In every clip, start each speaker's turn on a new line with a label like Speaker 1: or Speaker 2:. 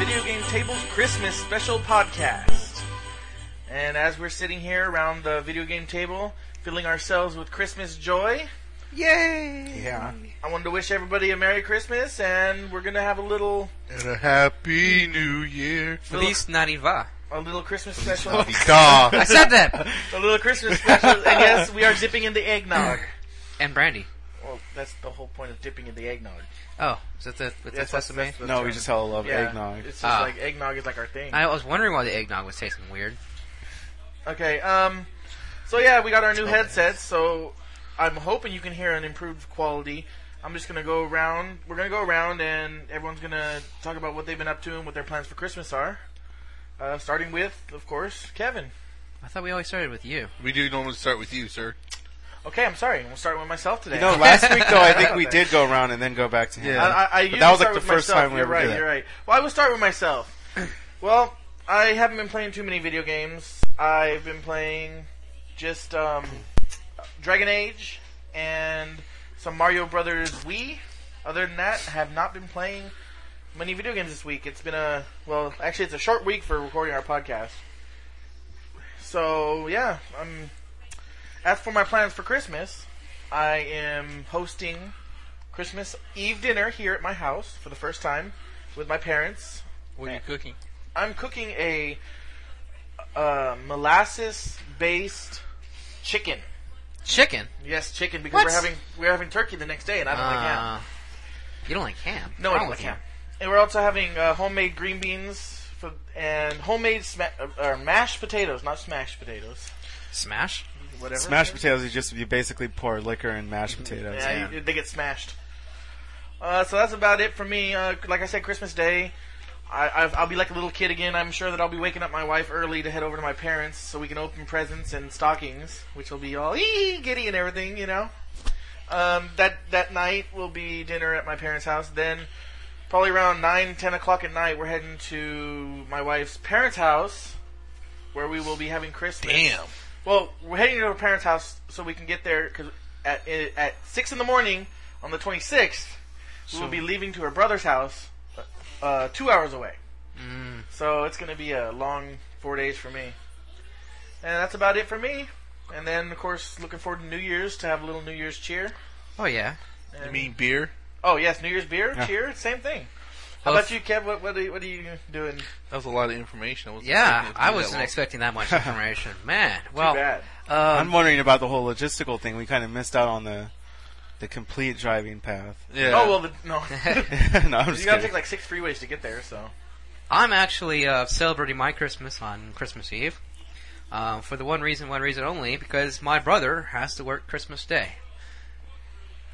Speaker 1: Table's Christmas special podcast. And as we're sitting here around the video game table, filling ourselves with Christmas joy,
Speaker 2: Yay!
Speaker 3: Yeah.
Speaker 1: I wanted to wish everybody a Merry Christmas, and we're gonna have a little,
Speaker 3: And a happy new year.
Speaker 2: Feliz Navidad.
Speaker 1: a little Christmas special,
Speaker 3: Oh,
Speaker 1: a
Speaker 2: I
Speaker 3: God.
Speaker 2: said that.
Speaker 1: little Christmas special. And yes, we are dipping in the eggnog.
Speaker 2: And brandy.
Speaker 1: Well, that's the whole point of dipping in the eggnog.
Speaker 2: Oh, is that the with
Speaker 1: Yes,
Speaker 2: the sesame?
Speaker 1: that's- that's
Speaker 3: no,
Speaker 1: right.
Speaker 3: we just hella love
Speaker 1: Yeah,
Speaker 3: eggnog.
Speaker 1: It's just
Speaker 2: Ah.
Speaker 1: like eggnog is like our thing.
Speaker 2: I was wondering why the eggnog was tasting weird.
Speaker 1: Okay, um, so yeah, we got our new headsets, so I'm hoping you can hear an improved quality. I'm just gonna go around, we're gonna go around and everyone's gonna talk about what they've been up to and what their plans for Christmas are. Uh, starting with, of course, Kevin.
Speaker 2: I thought we always started with you.
Speaker 4: We do normally start with you, sir.
Speaker 1: Okay, I'm sorry, we'll start with myself today.
Speaker 3: You know, last week, though, I think we did go around and then go back to him.
Speaker 1: I, I, I
Speaker 3: But
Speaker 1: usually
Speaker 3: that
Speaker 1: start
Speaker 3: was like the
Speaker 1: with
Speaker 3: first
Speaker 1: myself.
Speaker 3: time we
Speaker 1: you're
Speaker 3: ever
Speaker 1: right,
Speaker 3: did that.
Speaker 1: You're right. Well, I will start with myself. well, I haven't been playing too many video games. I've been playing just um, Dragon Age and some Mario Brothers Wii. Other than that, I have not been playing many video games this week. It's been a well, actually, it's a short week for recording our podcast. So yeah, I'm. As for my plans for Christmas, I am hosting Christmas Eve dinner here at my house for the first time with my parents.
Speaker 5: What are you cooking?
Speaker 1: I'm cooking a uh, molasses-based chicken.
Speaker 2: Chicken.
Speaker 1: Yes, chicken because
Speaker 2: What?
Speaker 1: we're having we're having turkey the next day, and I don't like ham.
Speaker 2: Uh, you don't like ham.
Speaker 1: No, I don't
Speaker 2: What's wrong
Speaker 1: like
Speaker 2: with
Speaker 1: ham. And we're also having uh, homemade green beans for, and homemade sma- uh, or mashed potatoes, not smashed potatoes.
Speaker 2: you? Smash.
Speaker 1: Whatever.
Speaker 3: Mashed potatoes, you just you basically pour liquor in mashed potatoes.
Speaker 1: Mm-hmm. Yeah, you- they get smashed. Uh, so that's about it for me. Uh, like I said, Christmas Day, I, I've, I'll be like a little kid again. I'm sure that I'll be waking up my wife early to head over to my parents so we can open presents and stockings, which will be all ee giddy and everything, you know. Um, that that night will be dinner at my parents' house. Then probably around nine, ten o'clock at night, we're heading to my wife's parents' house, where we will be having Christmas. Well, we're heading to her parents' house so we can get there because at, i- at six in the morning on the twenty sixth, we will be leaving to her brother's house, uh, uh, two hours away. So it's going to be a long four days for me, and that's about it for me. And then, of course, looking forward to New Year's to have a little New Year's cheer.
Speaker 2: Oh yeah.
Speaker 4: You mean beer?
Speaker 1: Oh yes, New Year's beer,
Speaker 3: Yeah.
Speaker 1: cheer, same thing. How about you, Kev? What what are, you- what are you doing? Too
Speaker 4: That was a lot of information. I wasn't
Speaker 2: Yeah,
Speaker 4: expecting it
Speaker 2: I
Speaker 4: to be that
Speaker 2: wasn't
Speaker 4: long.
Speaker 2: expecting that much information. Man, well,
Speaker 1: bad.
Speaker 3: I'm
Speaker 2: um,
Speaker 3: wondering about the whole logistical thing. We kind of missed out on the the complete driving path.
Speaker 4: Yeah.
Speaker 1: Oh well, the, no.
Speaker 3: no, I'm
Speaker 1: you
Speaker 3: just
Speaker 1: gotta
Speaker 3: kidding.
Speaker 1: take like six freeways to get there. So
Speaker 2: I'm actually uh, celebrating my Christmas on Christmas Eve, um, for the one reason, one reason only, because my brother has to work Christmas Day.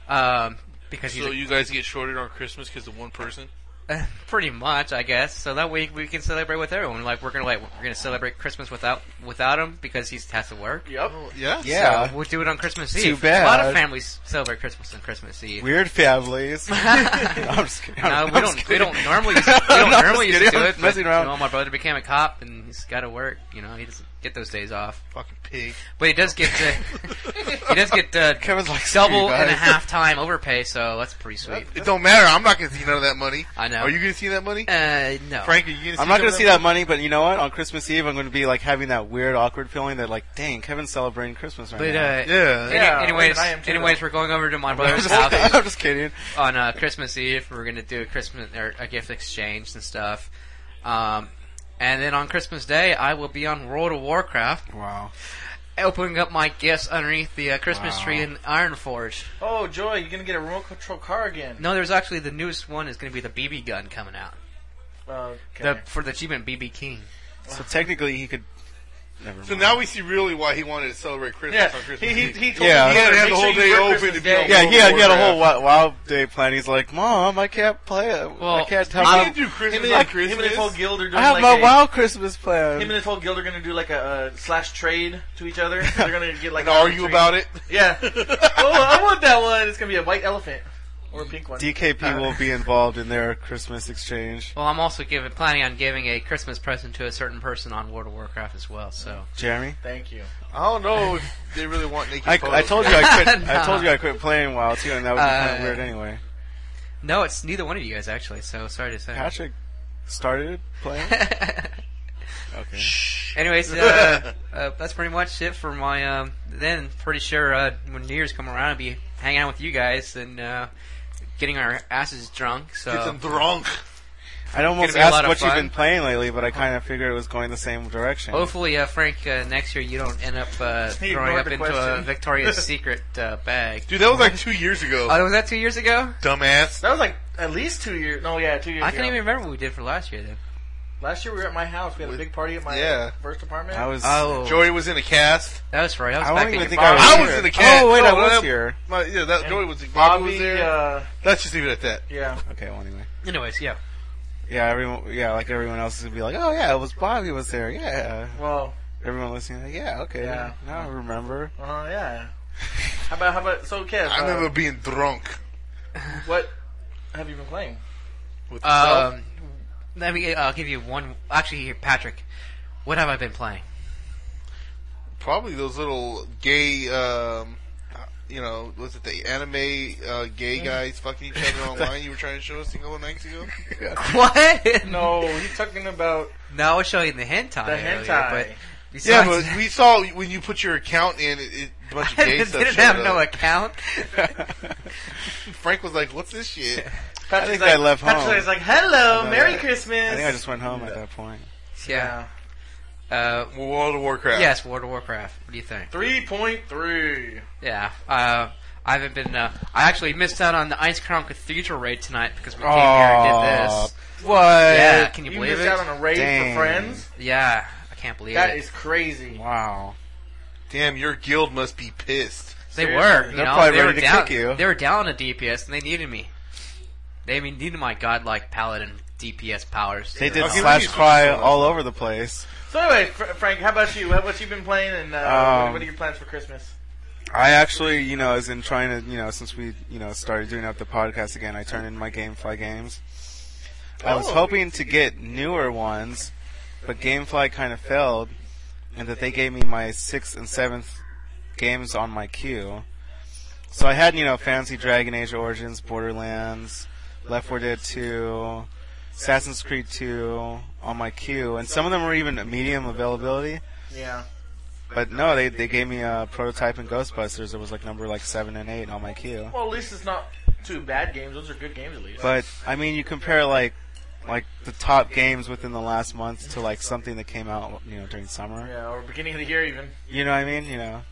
Speaker 2: Um, because he's
Speaker 4: So
Speaker 2: a-
Speaker 4: you guys get shorted on Christmas because of one person?
Speaker 2: pretty much, I guess. So that way we can celebrate with everyone. Like we're gonna like we're gonna celebrate Christmas without without him because he has to work.
Speaker 1: yep.
Speaker 4: Oh, Yeah.
Speaker 3: yeah.
Speaker 2: So we'll do it on Christmas Eve.
Speaker 3: Too bad.
Speaker 2: A lot of families celebrate Christmas on Christmas Eve.
Speaker 3: Weird families. no, I'm just kidding.
Speaker 2: No,
Speaker 3: I'm
Speaker 2: we
Speaker 3: just
Speaker 2: don't. We
Speaker 3: kidding.
Speaker 2: don't normally. Used to, we don't
Speaker 3: I'm
Speaker 2: normally
Speaker 3: just
Speaker 2: used to do
Speaker 3: kidding.
Speaker 2: it.
Speaker 3: I'm
Speaker 2: But,
Speaker 3: messing around.
Speaker 2: You know, my brother became a cop, and he's got to work. You know, he doesn't get those days off.
Speaker 4: Fucking pig.
Speaker 2: But he does get. Uh, he does get uh,
Speaker 3: Kevin's like, "Screw
Speaker 2: double
Speaker 3: you
Speaker 2: and a
Speaker 3: guys."
Speaker 2: half time overpay. So that's pretty sweet.
Speaker 4: It don't matter. I'm not gonna see none of that money.
Speaker 2: I know.
Speaker 4: Are you gonna see that money?
Speaker 2: Uh, no.
Speaker 4: Frank, are you gonna?
Speaker 3: I'm not
Speaker 4: some
Speaker 3: going
Speaker 4: of
Speaker 3: to see that money, but you know what? On Christmas Eve, I'm going to be like having that weird, awkward feeling that like, dang, Kevin's celebrating Christmas right now.
Speaker 2: But uh,
Speaker 4: Yeah.
Speaker 2: any-
Speaker 1: Yeah,
Speaker 2: anyways,
Speaker 1: I am too,
Speaker 2: anyways,
Speaker 1: though.
Speaker 2: we're going over to my
Speaker 3: I'm
Speaker 2: brother's
Speaker 3: just,
Speaker 2: house.
Speaker 3: I'm just kidding.
Speaker 2: on uh, Christmas Eve. We're gonna do a Christmas or a gift exchange and stuff. Um, and then on Christmas Day, I will be on World of Warcraft,
Speaker 3: Wow.
Speaker 2: opening up my gifts underneath the uh, Christmas
Speaker 3: Wow.
Speaker 2: tree in Ironforge.
Speaker 1: Oh joy, you're gonna get a remote control car again.
Speaker 2: No, there's actually the newest one is gonna be the BB gun coming out
Speaker 1: Oh, Okay.
Speaker 2: the, for the achievement BB King.
Speaker 3: So technically, he could. Never mind.
Speaker 4: So now we see really why he wanted to celebrate Christmas
Speaker 1: Yeah,
Speaker 4: on Christmas
Speaker 1: he, he,
Speaker 4: Eve.
Speaker 1: he told
Speaker 3: Yeah.
Speaker 1: me
Speaker 3: He
Speaker 4: had to
Speaker 1: make
Speaker 4: have the
Speaker 1: sure
Speaker 4: whole
Speaker 1: you
Speaker 4: day
Speaker 1: work
Speaker 4: open
Speaker 1: Christmas
Speaker 4: to be able
Speaker 1: Day.
Speaker 4: to
Speaker 3: yeah, he had, he had a
Speaker 4: Warcraft.
Speaker 3: whole wild, wild day plan. He's like, Mom, I can't play it. I
Speaker 2: Well,
Speaker 3: can't
Speaker 4: You
Speaker 3: have
Speaker 4: can't
Speaker 3: my,
Speaker 4: do Christmas
Speaker 1: Him and,
Speaker 4: on
Speaker 1: his,
Speaker 4: Christmas.
Speaker 1: him and his whole guild are doing
Speaker 3: I have
Speaker 1: like
Speaker 3: my
Speaker 1: a,
Speaker 3: wild Christmas plan.
Speaker 1: Him and his whole guild are gonna do like a, uh slash trade to each other. They're gonna get like
Speaker 4: and argue about it.
Speaker 1: Yeah. oh, I want that one. It's gonna be a white elephant or a pink one.
Speaker 3: DKP will be involved in their Christmas exchange.
Speaker 2: Well, I'm also giving planning on giving a Christmas present to a certain person on World of Warcraft as well. So
Speaker 3: Jeremy?
Speaker 1: Thank you.
Speaker 4: I don't know if they really want naked
Speaker 3: I,
Speaker 4: photos.
Speaker 3: I told you I quit.
Speaker 2: Nah.
Speaker 3: I told you I quit playing WoW too, and that was kind
Speaker 2: Uh,
Speaker 3: of weird anyway.
Speaker 2: no, it's neither one of you guys actually. So sorry to say.
Speaker 3: Patrick started playing? Okay.
Speaker 2: Anyways, uh, uh, that's pretty much it for my. Um, then pretty sure uh, when New Year's come around, I'll be hanging out with you guys and uh, getting our asses drunk. So
Speaker 4: Get them drunk.
Speaker 3: I'd almost
Speaker 2: be a lot
Speaker 3: asked
Speaker 2: of
Speaker 3: what you've
Speaker 2: fun.
Speaker 3: been playing lately, but I kind of figured it was going the same direction.
Speaker 2: hopefully, uh, Frank, uh, next year you don't end up uh,
Speaker 1: He
Speaker 2: throwing
Speaker 1: ignored
Speaker 2: up
Speaker 1: the
Speaker 2: into a
Speaker 1: question.
Speaker 2: Victoria's Secret uh, bag.
Speaker 4: Dude, that was like two years ago.
Speaker 2: Oh, was that two years ago?
Speaker 4: Dumbass.
Speaker 1: That was like at least two years. No, yeah, two years.
Speaker 2: I
Speaker 1: ago.
Speaker 2: can't even remember what we did for last year then.
Speaker 1: Last year we were at my house. We had a big party at my
Speaker 4: Yeah.
Speaker 1: first apartment.
Speaker 3: I was.
Speaker 2: Oh,
Speaker 4: Joey was in a cast.
Speaker 2: that was right. I was
Speaker 3: I don't
Speaker 2: back at
Speaker 3: even
Speaker 2: your
Speaker 3: think I was.
Speaker 2: bar.
Speaker 4: I was
Speaker 3: here.
Speaker 4: in the cast.
Speaker 3: Oh wait,
Speaker 4: Oh,
Speaker 3: I was
Speaker 4: well,
Speaker 3: here.
Speaker 4: My, yeah, that
Speaker 1: And
Speaker 4: Joey was. Bobby,
Speaker 1: Bobby,
Speaker 4: was there.
Speaker 1: Uh,
Speaker 4: Let's just leave it at that.
Speaker 1: yeah.
Speaker 3: Okay. Well, anyway.
Speaker 2: Anyways, yeah.
Speaker 3: Yeah. Everyone. Yeah. Like everyone else would be like, oh yeah, it was Bobby was there. Yeah.
Speaker 1: Well,
Speaker 3: Everyone listening, like, yeah. Okay.
Speaker 1: Yeah.
Speaker 3: Now I remember.
Speaker 1: uh, yeah. How about how about so Kev?
Speaker 4: I
Speaker 1: uh,
Speaker 4: remember being drunk.
Speaker 1: what have you been playing?
Speaker 4: With myself.
Speaker 2: Um, let me. I'll give you one. Actually, here, Patrick. What have I been playing?
Speaker 4: probably those little gay, um, you know, was it the anime uh, gay guys fucking each other online? You were trying to show us a couple nights ago.
Speaker 2: What?
Speaker 1: No, he's talking about
Speaker 2: No, I was showing the hentai.
Speaker 1: The
Speaker 2: earlier,
Speaker 1: hentai.
Speaker 2: But
Speaker 4: Yeah,
Speaker 2: besides
Speaker 4: but
Speaker 2: that-
Speaker 4: we saw when you put your account in, it, it, a bunch of
Speaker 2: I
Speaker 4: gay
Speaker 2: didn't
Speaker 4: stuff. showed
Speaker 2: have
Speaker 4: up.
Speaker 2: no account.
Speaker 4: Frank was like, "What's this shit?"
Speaker 1: Patrick's
Speaker 3: think
Speaker 1: like,
Speaker 3: I left
Speaker 1: Patrick's
Speaker 3: home.
Speaker 1: always like, "Hello,
Speaker 3: I
Speaker 1: Merry
Speaker 3: think I-
Speaker 1: Christmas."
Speaker 3: I think I just went home at that point.
Speaker 2: yeah. Uh,
Speaker 4: World of Warcraft.
Speaker 2: yes, World of Warcraft. What do you think?
Speaker 1: Three point three.
Speaker 2: Yeah. Uh, I haven't been. Uh, I actually missed out on the Ice Crown Cathedral raid tonight because we came here and did this.
Speaker 3: What?
Speaker 2: Yeah. Can you,
Speaker 1: You
Speaker 2: believe
Speaker 1: missed
Speaker 2: it?
Speaker 1: out on a raid
Speaker 3: Dang.
Speaker 1: for friends.
Speaker 2: yeah. I can't believe
Speaker 1: That
Speaker 2: it.
Speaker 1: is crazy.
Speaker 3: Wow.
Speaker 4: Damn, your guild must be pissed.
Speaker 2: They
Speaker 1: Seriously.
Speaker 2: were. You
Speaker 3: They're
Speaker 2: know,
Speaker 3: probably
Speaker 2: they were
Speaker 3: ready to
Speaker 2: down,
Speaker 3: kick you.
Speaker 2: They were down a DPS and they needed me. They I mean, needed my godlike paladin DPS powers.
Speaker 3: They did
Speaker 4: Okay, we
Speaker 3: slash
Speaker 4: need to-
Speaker 3: cry all over the place.
Speaker 1: So anyway, Fr- Frank, how about you? What, what you been playing, and uh,
Speaker 3: Um,
Speaker 1: what, what are your plans for Christmas?
Speaker 3: I actually, you know, as in trying to, you know, since we, you know, started doing up the podcast again, I turned in my GameFly games. I was
Speaker 1: Oh.
Speaker 3: hoping to get newer ones, but GameFly kind of failed, and that they gave me my sixth and seventh games on my queue. So I had, you know, Fancy Dragon Age Origins, Borderlands, Left 4 Dead 2, Assassin's Creed 2 on my queue, and some of them were even at medium availability.
Speaker 1: Yeah.
Speaker 3: But no, they they gave me a prototype in Ghostbusters. It was like number like seven and eight on my queue.
Speaker 1: Well, at least it's not two bad games. Those are good games, at least.
Speaker 3: But I mean, you compare like like the top games within the last month to like something that came out you know during summer.
Speaker 1: yeah, or beginning of the year even.
Speaker 3: You know what I mean? You know,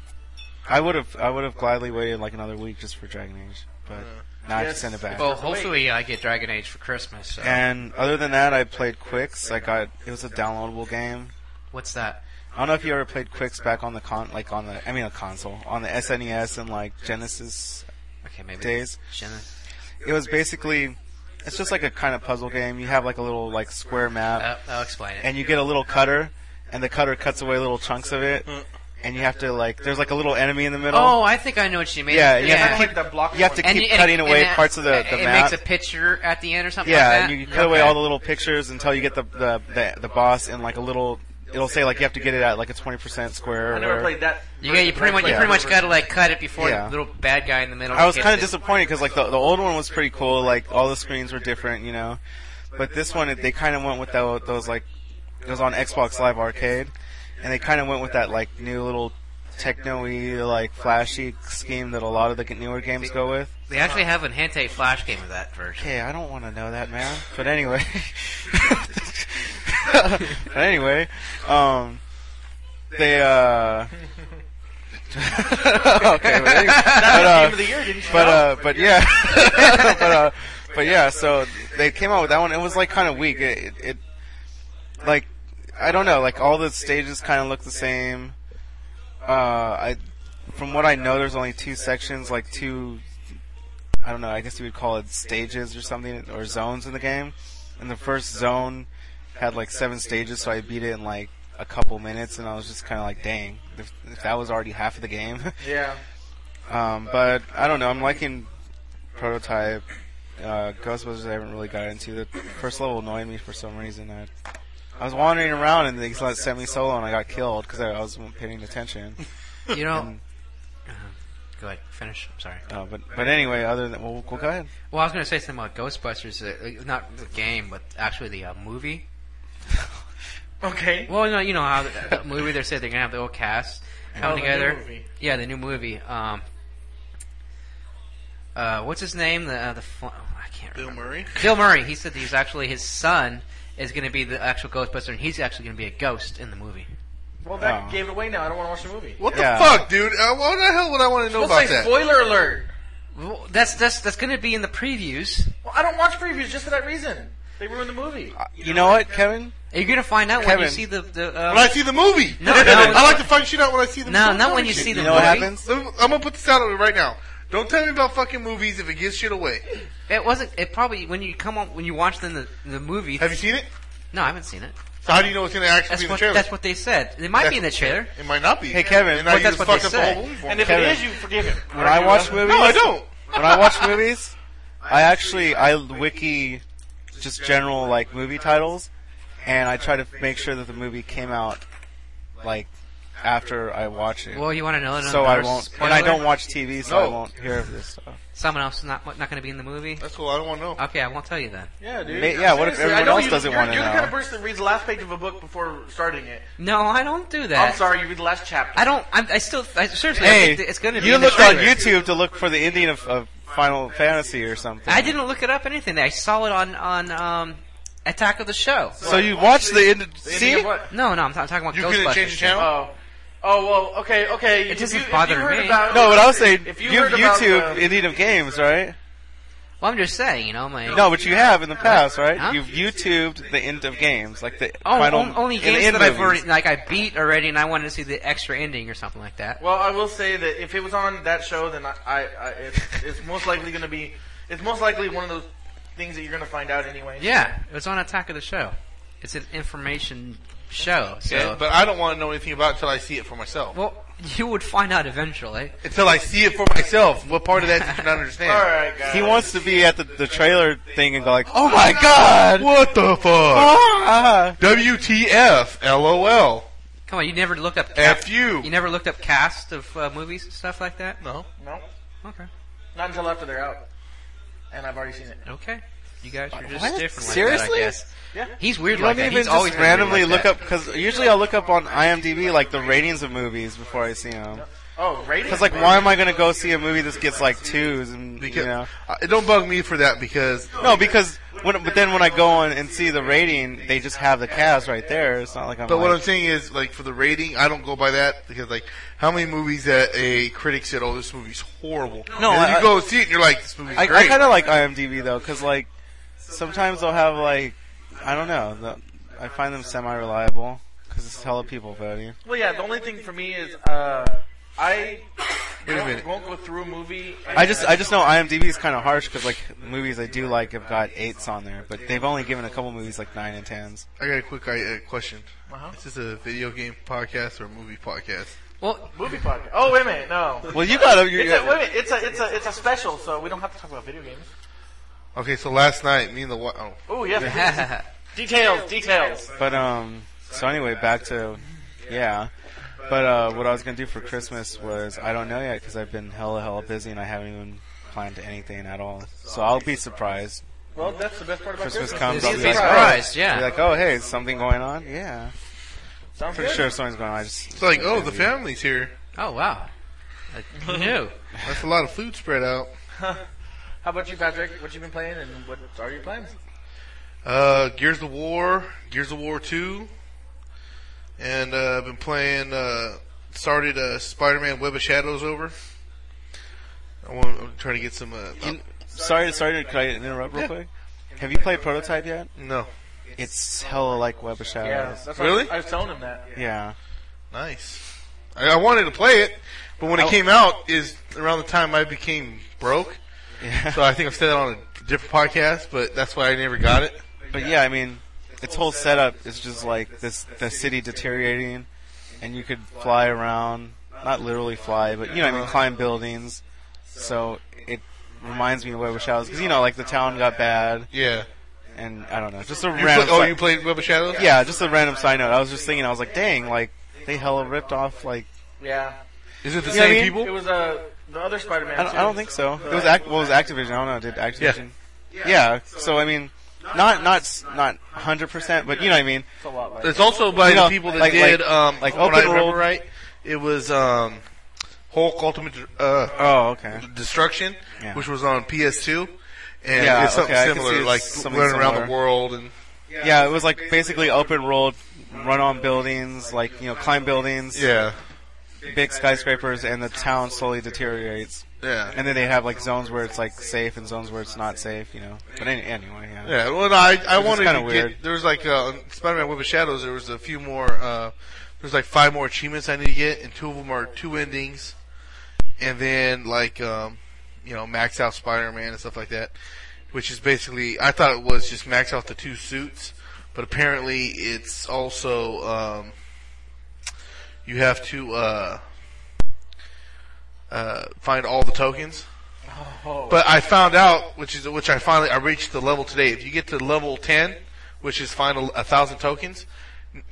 Speaker 3: I would have I would have gladly waited like another week just for Dragon Age, but now I have to
Speaker 1: Yes.
Speaker 3: send it back.
Speaker 2: Well, hopefully I get Dragon Age for Christmas. So.
Speaker 3: And other than that, I played Quicks. I got it was a downloadable game.
Speaker 2: What's that?
Speaker 3: I don't know if you ever played Quicks back on the con like on the I mean a console on the SNES and like Genesis
Speaker 2: Okay, maybe.
Speaker 3: days.
Speaker 2: Shannon.
Speaker 3: it was basically it's just like a kind of puzzle game. You have like a little like square map
Speaker 2: Uh, I'll explain it.
Speaker 3: and you get a little cutter and the cutter cuts away little chunks of it and you have to like there's like a little enemy in the middle.
Speaker 2: Hmm. Oh, I think I know what you mean.
Speaker 3: Yeah,
Speaker 1: It's
Speaker 3: you
Speaker 1: kind
Speaker 3: have to
Speaker 1: of like that block.
Speaker 3: you have to
Speaker 1: one.
Speaker 2: And
Speaker 3: keep
Speaker 2: you- and
Speaker 3: cutting
Speaker 2: it-
Speaker 3: away
Speaker 2: and that-
Speaker 3: parts of the- the
Speaker 2: it
Speaker 3: map.
Speaker 2: makes a picture at the end or something
Speaker 3: yeah,
Speaker 2: like that.
Speaker 3: and you cut away all the little pictures until you get the the the, the boss in like a little it'll say like you have to get it at like a 20% square or
Speaker 1: I never
Speaker 3: whatever.
Speaker 1: played that.
Speaker 2: You, get, you pretty much you pretty much got to like cut it before
Speaker 3: Yeah.
Speaker 2: the little bad guy in the middle.
Speaker 3: I was
Speaker 2: gets
Speaker 3: kind of
Speaker 2: it.
Speaker 3: disappointed because like the, the old one was pretty cool. Like all the screens were different, you know. But this one, it- they kind of went with tho- those like it was on Xbox Live Arcade, and they kind of went with that like new little techno-y, like flashy scheme that a lot of the g- newer games go with.
Speaker 2: They actually have a hentai flash game of that version.
Speaker 3: Okay, I don't want to know that, man. But anyway, but anyway, um, they uh. okay, but anyway, but, uh,
Speaker 1: Game of the year, didn't you?
Speaker 3: but uh, but yeah, but uh, but yeah. So they came out with that one. It was like kind of weak. It, it, it like I don't know. Like all the stages kind of look the same. Uh, I from what I know, there's only two sections, like two. I don't know. I guess you would call it stages or something, or zones in the game. And the first zone had like seven stages, so I beat it in like a couple minutes, and I was just kind of like, dang, if, if that was already half of the game.
Speaker 1: yeah.
Speaker 3: Um, but I don't know. I'm liking prototype. Uh, Ghostbusters I haven't really got into. The first level annoyed me for some reason. I, I was wandering around and they just sent me solo and I got killed because I, I wasn't paying attention.
Speaker 2: You know, uh, Go ahead, finish. I'm sorry.
Speaker 3: Uh, but but anyway, other than well, well go ahead.
Speaker 2: Well, I was going to say something about Ghostbusters, uh, not the game, but actually the uh, movie.
Speaker 1: Okay.
Speaker 2: Well, no, you know how the, the movie they said they're going to have the old cast come
Speaker 1: Oh, the new
Speaker 2: together.
Speaker 1: movie.
Speaker 2: Yeah, the new movie. Um, uh, what's his name? The uh, the fu- I can't
Speaker 4: Bill
Speaker 2: remember.
Speaker 4: Murray.
Speaker 2: Bill Murray. He said that he's actually his son is going to be the actual Ghostbuster, and he's actually going to be a ghost in the movie.
Speaker 1: Well, that
Speaker 3: Oh.
Speaker 1: gave it away now. I don't want to watch the movie.
Speaker 4: What
Speaker 3: Yeah.
Speaker 4: the fuck, dude? Uh, what the hell would I want to know
Speaker 1: Don't
Speaker 4: about
Speaker 1: say
Speaker 4: that?
Speaker 1: spoiler alert.
Speaker 2: Well, that's that's that's going to be in the previews.
Speaker 1: Well, I don't watch previews just for that reason. They ruined the movie.
Speaker 3: Uh, You know what, Kevin?
Speaker 2: You're going to find out when
Speaker 3: Kevin.
Speaker 2: you see the the.
Speaker 4: when I
Speaker 2: Uh,
Speaker 4: see the movie.
Speaker 2: No, no,
Speaker 4: I
Speaker 2: it's-
Speaker 4: like to find shit out when I see the
Speaker 2: no,
Speaker 4: movie.
Speaker 2: not when you see the
Speaker 3: You know what
Speaker 2: movie.
Speaker 3: happens?
Speaker 4: I'm gonna put this out right now. Don't tell me about fucking movies if it gives shit away.
Speaker 2: It wasn't. It probably when you come on when you watch them the the movie.
Speaker 4: Have you seen it?
Speaker 2: no, I haven't seen it.
Speaker 4: So how do you know it's gonna actually be
Speaker 2: That's
Speaker 4: in the
Speaker 2: what
Speaker 4: trailer?
Speaker 2: that's what they said. It might be in the
Speaker 4: That's-
Speaker 2: trailer.
Speaker 4: It might not be.
Speaker 3: Hey, Kevin,
Speaker 4: and now
Speaker 2: but
Speaker 4: you
Speaker 2: that's
Speaker 4: just
Speaker 2: what
Speaker 4: fucked
Speaker 2: they
Speaker 4: up the
Speaker 2: say.
Speaker 4: whole movie for
Speaker 1: And
Speaker 4: me.
Speaker 1: if
Speaker 3: Kevin.
Speaker 1: it is, you forgive him.
Speaker 3: When I watch movies,
Speaker 4: No, I don't.
Speaker 3: when I watch movies, I actually I wiki just general like movie titles, and I try to make sure that the movie came out like after I watch it.
Speaker 2: Well, you want to know it.
Speaker 3: So I won't,
Speaker 2: Spoiler?
Speaker 3: and I don't watch TV, so I
Speaker 4: No.
Speaker 3: won't hear of this stuff.
Speaker 2: Someone else is not what, not going to be in the movie.
Speaker 4: That's cool. I don't want to know.
Speaker 2: Okay, I won't tell you then.
Speaker 1: Yeah, dude.
Speaker 3: Ma- yeah, what if
Speaker 1: Seriously,
Speaker 3: everyone
Speaker 1: I know
Speaker 3: else
Speaker 1: you-
Speaker 3: doesn't
Speaker 1: you're-
Speaker 3: wanna
Speaker 1: You're the
Speaker 3: know?
Speaker 1: kind of person that reads the last page of a book before starting it.
Speaker 2: No, I don't do that.
Speaker 1: I'm sorry, you read the last chapter.
Speaker 2: I don't. I'm, I still. I, seriously, I
Speaker 3: Hey,
Speaker 2: think it's going to be.
Speaker 3: you
Speaker 2: in the
Speaker 3: looked on
Speaker 2: trailer.
Speaker 3: YouTube to look for the ending of, of Final Fantasy or something.
Speaker 2: I didn't look it up. Anything. I saw it on on um, Attack of the Show.
Speaker 3: So you watched the end.
Speaker 1: You
Speaker 3: See,
Speaker 1: know what?
Speaker 2: No, no, I'm, ta- talking about
Speaker 4: You couldn't
Speaker 2: Ghostbusters.
Speaker 4: change the channel.
Speaker 1: Oh. Oh well, okay, okay. If
Speaker 2: doesn't
Speaker 1: you, if
Speaker 2: bother
Speaker 1: you heard
Speaker 2: me.
Speaker 1: About,
Speaker 3: No, but I was saying,
Speaker 1: Oh. if
Speaker 3: you
Speaker 1: you
Speaker 3: have
Speaker 1: heard about uh,
Speaker 3: YouTube
Speaker 1: the-
Speaker 3: ending of games, right?
Speaker 2: Well, I'm just saying, you know, my
Speaker 3: No, but you have in the past, right?
Speaker 2: Huh?
Speaker 3: You've YouTubed the end of games, like the
Speaker 2: Oh,
Speaker 3: final
Speaker 2: on- only
Speaker 3: and the
Speaker 2: games
Speaker 3: end
Speaker 2: that I've
Speaker 3: movies.
Speaker 2: already, like I beat already, and I wanted to see the extra ending or something like that.
Speaker 1: Well, I will say that if it was on that show, then I, I, I it's, it's most likely going to be, it's most likely one of those things that you're going to find out anyway.
Speaker 2: Yeah, it was on Attack of the Show. It's an information show, so
Speaker 4: Yeah, but I don't want to know anything about it until I see it for myself.
Speaker 2: well, you would find out eventually.
Speaker 4: Until I see it for myself. What part of that did you not understand?
Speaker 1: All right, guys.
Speaker 3: He wants to be at the, the trailer thing and go like, "Oh my god!"
Speaker 4: What the fuck?
Speaker 3: Ah!
Speaker 4: WTF? LOL.
Speaker 2: Come on, you never looked up
Speaker 4: F
Speaker 2: You
Speaker 4: you.
Speaker 2: never looked up cast of uh, movies and stuff like that?
Speaker 4: No.
Speaker 1: No,
Speaker 2: Okay.
Speaker 1: not until after they're out, and I've already seen it.
Speaker 2: Okay. You guys are just
Speaker 3: What?
Speaker 2: different like that, I
Speaker 3: Seriously?
Speaker 2: guess.
Speaker 1: Yeah.
Speaker 2: He's weird
Speaker 3: You
Speaker 2: like
Speaker 3: don't
Speaker 2: that.
Speaker 3: even
Speaker 2: He's
Speaker 3: just
Speaker 2: always
Speaker 3: randomly
Speaker 2: been weird like
Speaker 3: look up because usually I look up on IMDb like the ratings of movies before I see them.
Speaker 1: Oh, rating.
Speaker 3: Because like, why am I gonna go see a movie that gets like twos and you
Speaker 4: Because,
Speaker 3: know?
Speaker 4: uh, don't bug me for that because
Speaker 3: No, because when, but then when I go on and see the rating, they just have the cast right there. It's not like I'm.
Speaker 4: But what I'm
Speaker 3: like,
Speaker 4: saying is, like, for the rating, I don't go by that because, like, how many movies that a critic said, "Oh, this movie's horrible."
Speaker 3: No,
Speaker 4: and then you
Speaker 3: I-
Speaker 4: go see it, and you're like, "This movie's
Speaker 3: I,
Speaker 4: great."
Speaker 3: I kind of like IMDb though, because like sometimes they'll have like I don't know. The, I find them semi-reliable because it's hella people voting.
Speaker 1: Well, yeah. The only thing for me is, uh, I
Speaker 4: Wait a
Speaker 1: won't-
Speaker 4: minute.
Speaker 1: won't go through a movie. and-
Speaker 3: I just I just know IMDb is kind of harsh because like movies I do like have got eights on there, but they've only given a couple movies like nine and tens.
Speaker 4: I got a quick uh, question.
Speaker 1: Uh-huh.
Speaker 4: Is this a video game podcast or a movie podcast?
Speaker 2: that. Well,
Speaker 1: movie podcast. Oh, wait a minute. No.
Speaker 3: Well, you got
Speaker 1: It's a, wait a minute. It's a it's a it's a special, so we don't have to talk about video games.
Speaker 4: Okay, so last night, me and the wife. Oh,
Speaker 1: Oh, yeah. details, details.
Speaker 3: But um, so anyway, back to yeah. But uh, what I was gonna do for Christmas was I don't know yet because I've been hella hella busy and I haven't even planned anything at all. So I'll be surprised.
Speaker 1: Well, that's the best part about
Speaker 3: Christmas
Speaker 1: Christmas.
Speaker 3: comes,
Speaker 2: You'll
Speaker 3: I'll be
Speaker 2: be
Speaker 3: like,
Speaker 2: surprised,
Speaker 3: oh.
Speaker 2: yeah.
Speaker 3: Be like, oh hey, is something going on? Yeah,
Speaker 1: Sounds
Speaker 3: pretty
Speaker 1: good.
Speaker 3: sure something's going on. I just
Speaker 4: it's like, oh, the family's here.
Speaker 2: oh wow. Uh, Who knew?
Speaker 4: That's a lot of food spread out.
Speaker 1: How about you, Patrick? What you been playing, and what are your plans?
Speaker 4: Uh, Gears of War, Gears of War Two, and uh, I've been playing. Uh, started uh, Spider-Man: Web of Shadows over. I want, I'm trying to get some. Uh,
Speaker 3: You- sorry, sorry. Could I interrupt real quick? Have you played Prototype yet?
Speaker 4: no,
Speaker 3: It's hella like Web
Speaker 1: Yeah,
Speaker 3: of Shadows.
Speaker 1: that's
Speaker 4: Really?
Speaker 1: What I was telling him that.
Speaker 3: Yeah.
Speaker 4: Nice. I, I wanted to play it, but when it
Speaker 3: I-
Speaker 4: came out is around the time I became broke.
Speaker 3: Yeah.
Speaker 4: So I think I've said that on a different podcast, but that's why I never got it.
Speaker 3: But yeah, I mean, its whole setup is just like this the city deteriorating, and you could fly around, not literally fly, but you know, I mean, climb buildings. So it reminds me of Web of Shadows because you know, like the town got bad,
Speaker 4: Yeah.
Speaker 3: and I don't know, just a
Speaker 4: You
Speaker 3: random.
Speaker 4: play- oh,
Speaker 3: si-
Speaker 4: you played Web of Shadows?
Speaker 3: yeah, just a random side note. I was just thinking, I was like, dang, like they hella ripped off like
Speaker 1: Yeah.
Speaker 4: Is it the
Speaker 3: You know what I
Speaker 4: same
Speaker 3: mean?
Speaker 4: people?
Speaker 1: It was a The other Spider-Man.
Speaker 3: I don't, I don't think so. It was act, well, it was Activision. I don't know. Did Activision? Yeah. So I mean, not not not hundred percent, but you know what I mean.
Speaker 1: It's a lot like.
Speaker 4: It's also by
Speaker 3: You
Speaker 4: the
Speaker 3: know,
Speaker 4: people that
Speaker 3: like-
Speaker 4: did
Speaker 3: like-
Speaker 4: um
Speaker 3: like
Speaker 4: when
Speaker 3: open
Speaker 4: I remember
Speaker 3: world.
Speaker 4: right, it was um Hulk Ultimate uh
Speaker 3: Oh, okay.
Speaker 4: Destruction,
Speaker 3: Yeah.
Speaker 4: which was on PS2, and
Speaker 3: Yeah,
Speaker 4: it's something
Speaker 3: okay, I can
Speaker 4: similar,
Speaker 3: see
Speaker 4: like
Speaker 3: something
Speaker 4: running around the
Speaker 3: similar.
Speaker 4: world and
Speaker 3: Yeah, it was like basically open world, run on buildings, like you know, climb buildings,
Speaker 4: yeah,
Speaker 3: big skyscrapers, and the town slowly deteriorates.
Speaker 4: yeah.
Speaker 3: And then they have like zones where it's like safe and zones where it's not safe, you know. But any, anyway, yeah.
Speaker 4: Yeah, well, no, I I
Speaker 3: Which is
Speaker 4: wanted
Speaker 3: kinda
Speaker 4: to
Speaker 3: weird.
Speaker 4: get there was like uh, on Spider-Man Web of Shadows. There was a few more. Uh, there's like five more achievements I need to get, and two of them are two endings, and then like um, you know max out Spider-Man and stuff like that, which is basically I thought it was just max out the two suits, but apparently it's also um, you have to uh, uh, find all the tokens. But I found out, which is which I finally I reached the level today. If you get to level ten, which is final a thousand tokens,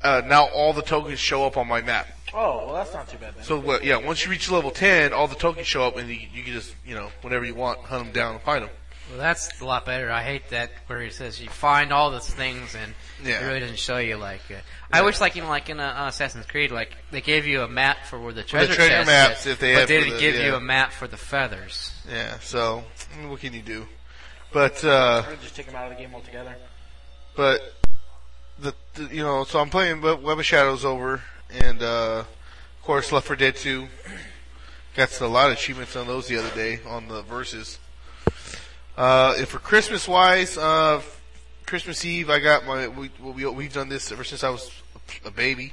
Speaker 4: uh, now all the tokens show up on my map.
Speaker 1: Oh, well, that's not too bad then.
Speaker 4: So what- yeah, once you reach level ten, all the tokens show up, and you, you can just you know whenever you want hunt them down and find them.
Speaker 2: Well, that's a lot better. I hate that where it says you find all those things and
Speaker 4: Yeah.
Speaker 2: it really doesn't show you like. Uh, I wish like even like in uh, Assassin's Creed, like they gave you a map for where the treasure,
Speaker 4: treasure
Speaker 2: chest
Speaker 4: maps,
Speaker 2: is,
Speaker 4: if they
Speaker 2: but
Speaker 4: have
Speaker 2: they
Speaker 4: for
Speaker 2: didn't
Speaker 4: the-
Speaker 2: give
Speaker 4: yeah.
Speaker 2: you a map for the feathers.
Speaker 4: Yeah. So I mean, what can you do? But uh,
Speaker 1: Or just take him out of the game altogether.
Speaker 4: but the, the you know so I'm playing Web Web of Shadows over, and uh, of course Left 4 Dead 2. Got a lot of achievements on those the other day on the verses. Uh, and for Christmas wise, uh, Christmas Eve I got my we, we we've done this ever since I was a baby.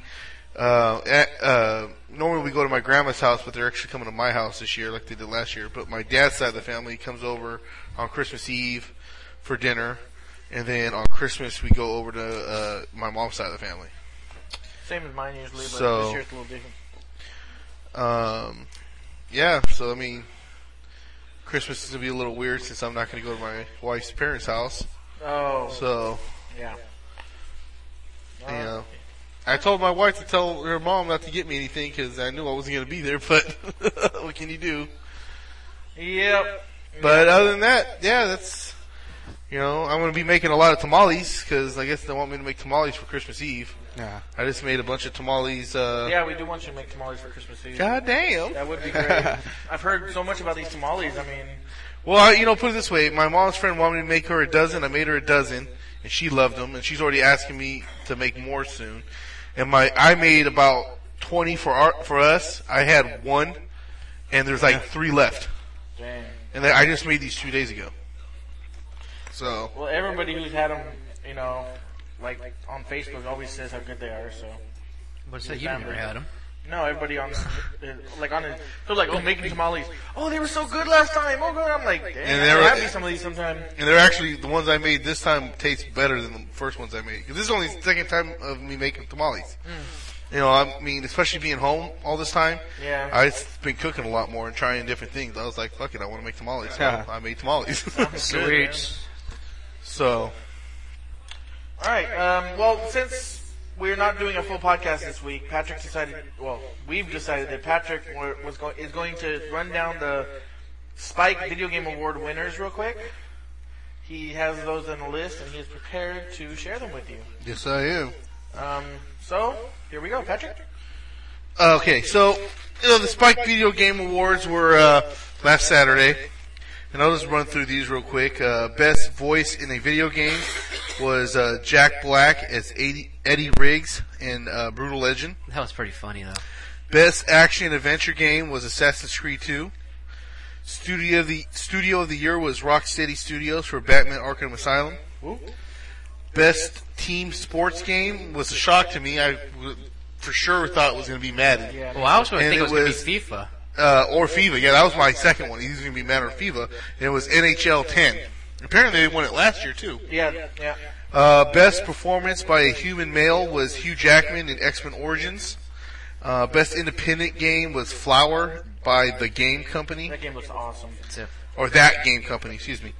Speaker 4: Uh, at, uh, normally we go to my grandma's house, but they're actually coming to my house this year, like they did last year. But my dad's side of the family comes over on Christmas Eve for dinner, and then on Christmas we go over to uh, my mom's side of the family.
Speaker 1: Same as mine usually, but
Speaker 4: So-
Speaker 1: this year it's a little different.
Speaker 4: Um, yeah, so I mean, Christmas is gonna be a little weird since I'm not gonna go to my wife's parents' house.
Speaker 1: Oh,
Speaker 4: So,
Speaker 1: yeah.
Speaker 4: you know, I told my wife to tell her mom not to get me anything because I knew I wasn't gonna be there. But what can you do?
Speaker 1: Yep.
Speaker 4: But other than that, yeah, that's you know, I'm gonna be making a lot of tamales because I guess they want me to make tamales for Christmas Eve.
Speaker 3: Yeah.
Speaker 4: I just made a bunch of tamales. Uh,
Speaker 1: Yeah, we do want you to make tamales for Christmas Eve.
Speaker 4: God damn.
Speaker 1: That would be great. I've heard so much about these tamales. I mean,
Speaker 4: Well, I, you know, put it this way: my mom's friend wanted me to make her a dozen. I made her a dozen, and she loved them. And she's already asking me to make more soon. And my, I made about twenty for our, for us. I had one, and there's like three left.
Speaker 1: dang.
Speaker 4: And I I just made these two days ago. So
Speaker 1: Well, everybody who's had them, you know, like on Facebook, always says how good they are. So.
Speaker 2: But so you never had them.
Speaker 1: No, everybody on, uh, like on, it- they're like, oh, making tamales. Oh, they were so good last time. Oh, God, I'm like, damn,
Speaker 4: And they
Speaker 1: I'll
Speaker 4: were-
Speaker 1: have me some of these sometime.
Speaker 4: And they're actually the ones I made this time taste better than the first ones I made. 'Cause this is only the second time of me making tamales. You know, I mean, especially being home all this time.
Speaker 1: Yeah.
Speaker 4: I've been cooking a lot more and trying different things. I was like, fuck it, I want to make tamales. So
Speaker 3: Yeah.
Speaker 4: I made tamales.
Speaker 2: Sweet.
Speaker 4: so,
Speaker 1: All right. Um, well, since we're not doing a full podcast this week, Patrick decided. Well, we've decided that Patrick wa- was going is going to run down the Spike Video Game Award winners real quick. He has those on a list, and he is prepared to share them with you.
Speaker 4: yes, I am.
Speaker 1: Um, so here we go, Patrick.
Speaker 4: Okay, so you know the Spike Video Game Awards were uh, last Saturday, and I'll just run through these real quick. Uh, best voice in a video game was uh, Jack Black as 80, Eddie Riggs in uh, Brutal Legend.
Speaker 2: That was pretty funny though.
Speaker 4: Best action adventure game was Assassin's Creed 2. Studio of the Studio of the Year was Rocksteady Studios for Batman Arkham Asylum. Best team sports game was a shock to me. I w- for sure thought it was going to be Madden
Speaker 2: Well, I was going to
Speaker 4: And
Speaker 2: think it
Speaker 4: it
Speaker 2: was,
Speaker 4: was-
Speaker 2: going to be FIFA.
Speaker 4: uh, or FIFA. Yeah, that was my second one. He's going to be mad or FIFA. And it was NHL 10. Apparently, they won it last year too.
Speaker 1: Yeah, yeah.
Speaker 4: Uh, best performance by a human male was Hugh Jackman in X Men Origins. Uh, best independent game was Flower by the Game Company,
Speaker 1: That game looks awesome.
Speaker 2: It's a-
Speaker 4: or that game company, excuse me.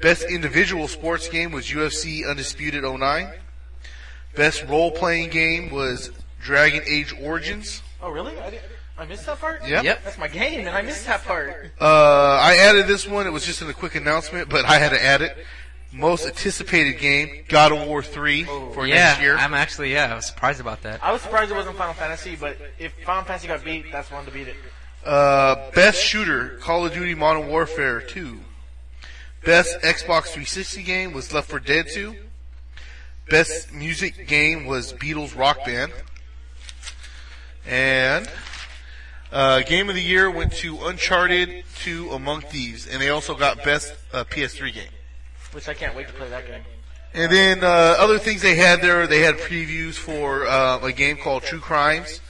Speaker 4: Best individual sports game was UFC Undisputed 09. Best role playing game was Dragon Age Origins.
Speaker 1: Oh, really? I didn't, I missed that part?
Speaker 4: Yep.
Speaker 2: Yep.
Speaker 1: That's my game, and I missed that part.
Speaker 4: Uh, I added this one. It was just in a quick announcement, but I had to add it. Most anticipated game, God of War 3 for
Speaker 2: Oh, yeah,
Speaker 4: next year.
Speaker 2: I'm actually yeah, I was surprised about that.
Speaker 1: I was surprised it wasn't Final Fantasy, but if Final Fantasy got beat, that's one to beat it.
Speaker 4: Uh, best shooter, Call of Duty Modern Warfare 2. Best Xbox 360 game was Left 4 Dead 2. Best music game was Beatles Rock Band. And, uh, game of the year went to Uncharted 2 Among Thieves, and they also got best uh, PS3 game.
Speaker 1: Which I can't wait to play that game.
Speaker 4: And then uh, other things they had there, they had previews for uh, a game called True Crimes.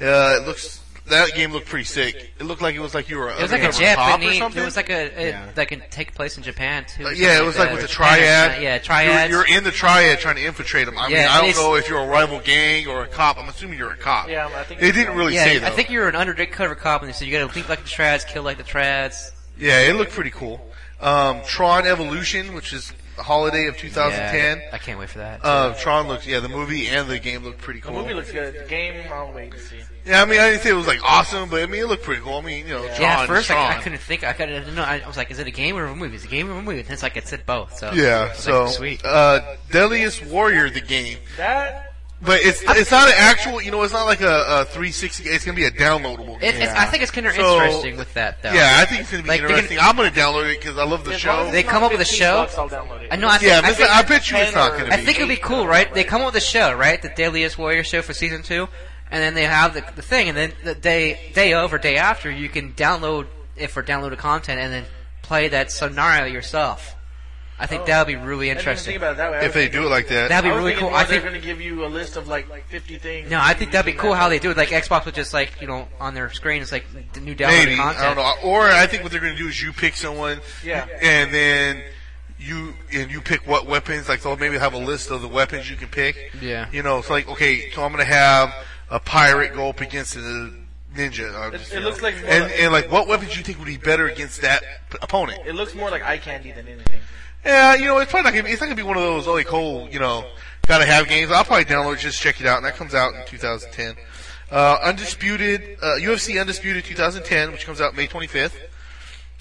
Speaker 4: Uh, it looks that game looked pretty sick. It looked like it was like you were
Speaker 2: It was like a
Speaker 4: cop or
Speaker 2: Japanese. It
Speaker 4: something.
Speaker 2: was like a, a
Speaker 3: Yeah.
Speaker 2: that can take place in Japan too.
Speaker 4: Uh, yeah, it was like with the triad.
Speaker 2: Yeah, triads.
Speaker 4: You're, you're in the triad trying to infiltrate them. I mean,
Speaker 2: Yeah,
Speaker 4: I
Speaker 2: and
Speaker 4: don't
Speaker 2: it's-
Speaker 4: know if you're a rival gang or a cop. I'm assuming you're a cop.
Speaker 1: Yeah, I think
Speaker 4: they didn't really
Speaker 2: yeah,
Speaker 4: say though.
Speaker 2: I think you're an undercover cop, and they said you got to leap like the trads, kill like the trads.
Speaker 4: yeah, it looked pretty cool. Um, Tron Evolution, which is the holiday of 2010.
Speaker 2: Yeah, I can't wait for that.
Speaker 4: Uh, Tron looks, yeah, the movie and the game looked pretty cool.
Speaker 1: The movie looks good. The game, I'll wait and see.
Speaker 4: Yeah, I mean, I didn't say it was like awesome, but I mean, it looked pretty cool. I mean, you know, Tron,
Speaker 2: yeah, at first
Speaker 4: Tron.
Speaker 2: I, I couldn't think. I couldn't. No, I, I was like, is it a game or a movie? Is it a game or a movie? And it's like it said both. So I
Speaker 4: Yeah,
Speaker 2: was
Speaker 4: so
Speaker 2: like, sweet.
Speaker 4: uh, Deadliest Warrior, the game,
Speaker 1: That,
Speaker 4: but it's it's not an actual. You know, it's not like a, a 360. It's gonna be a downloadable
Speaker 2: It,
Speaker 4: game.
Speaker 2: it's, I think it's kind of
Speaker 4: So-
Speaker 2: interesting with that though.
Speaker 4: yeah, I think it's gonna be
Speaker 2: Like, they can-
Speaker 4: interesting. I'm gonna download it because I love the
Speaker 1: as
Speaker 4: show.
Speaker 1: long as
Speaker 2: They
Speaker 1: it's
Speaker 2: come
Speaker 1: not
Speaker 2: up with a
Speaker 1: 15
Speaker 2: show?
Speaker 1: bucks, I'll download it.
Speaker 2: I know. I think,
Speaker 4: yeah,
Speaker 2: I
Speaker 4: but
Speaker 2: think,
Speaker 4: I bet you it's not
Speaker 1: or-
Speaker 4: gonna be.
Speaker 2: I think it'd be cool, right? They come up with a show, right? The Deadliest Warrior show for season two, and then they have the, the thing, and then the day day of or day after, you can download it for downloaded content, and then play that scenario yourself. I think that would be really
Speaker 1: I didn't even think
Speaker 2: interesting.
Speaker 1: about it that way. I
Speaker 4: if
Speaker 1: was
Speaker 4: they
Speaker 1: thinking-
Speaker 4: do it like that.
Speaker 2: That'd be
Speaker 1: I was
Speaker 2: really
Speaker 1: thinking
Speaker 2: cool.
Speaker 1: more
Speaker 2: I
Speaker 1: they're
Speaker 2: think
Speaker 1: going to give you a list of like, like 50 things.
Speaker 2: no, I think that'd be cool how they do it. Like Xbox would just like you know on their screen, it's like the new downloaded
Speaker 4: Maybe
Speaker 2: content.
Speaker 4: I don't know. Or I think what they're going to do is you pick someone,
Speaker 1: Yeah.
Speaker 4: and then you and you pick what weapons. Like they'll maybe have a list of the weapons you can pick.
Speaker 2: Yeah.
Speaker 4: You know, it's like okay, so I'm going to have a pirate go up against a ninja. Or
Speaker 1: It- it looks like more
Speaker 4: and
Speaker 1: like-
Speaker 4: and like what weapons you think would be better against that p- opponent?
Speaker 1: It looks more like eye candy than anything.
Speaker 4: Yeah, you know, it's probably not going to be. It's not going to be one of those oh, like whole you know got to have games. I'll probably download it, just check it out, and that comes out in 2010. Uh, Undisputed uh, UFC Undisputed 2010, which comes out May 25th.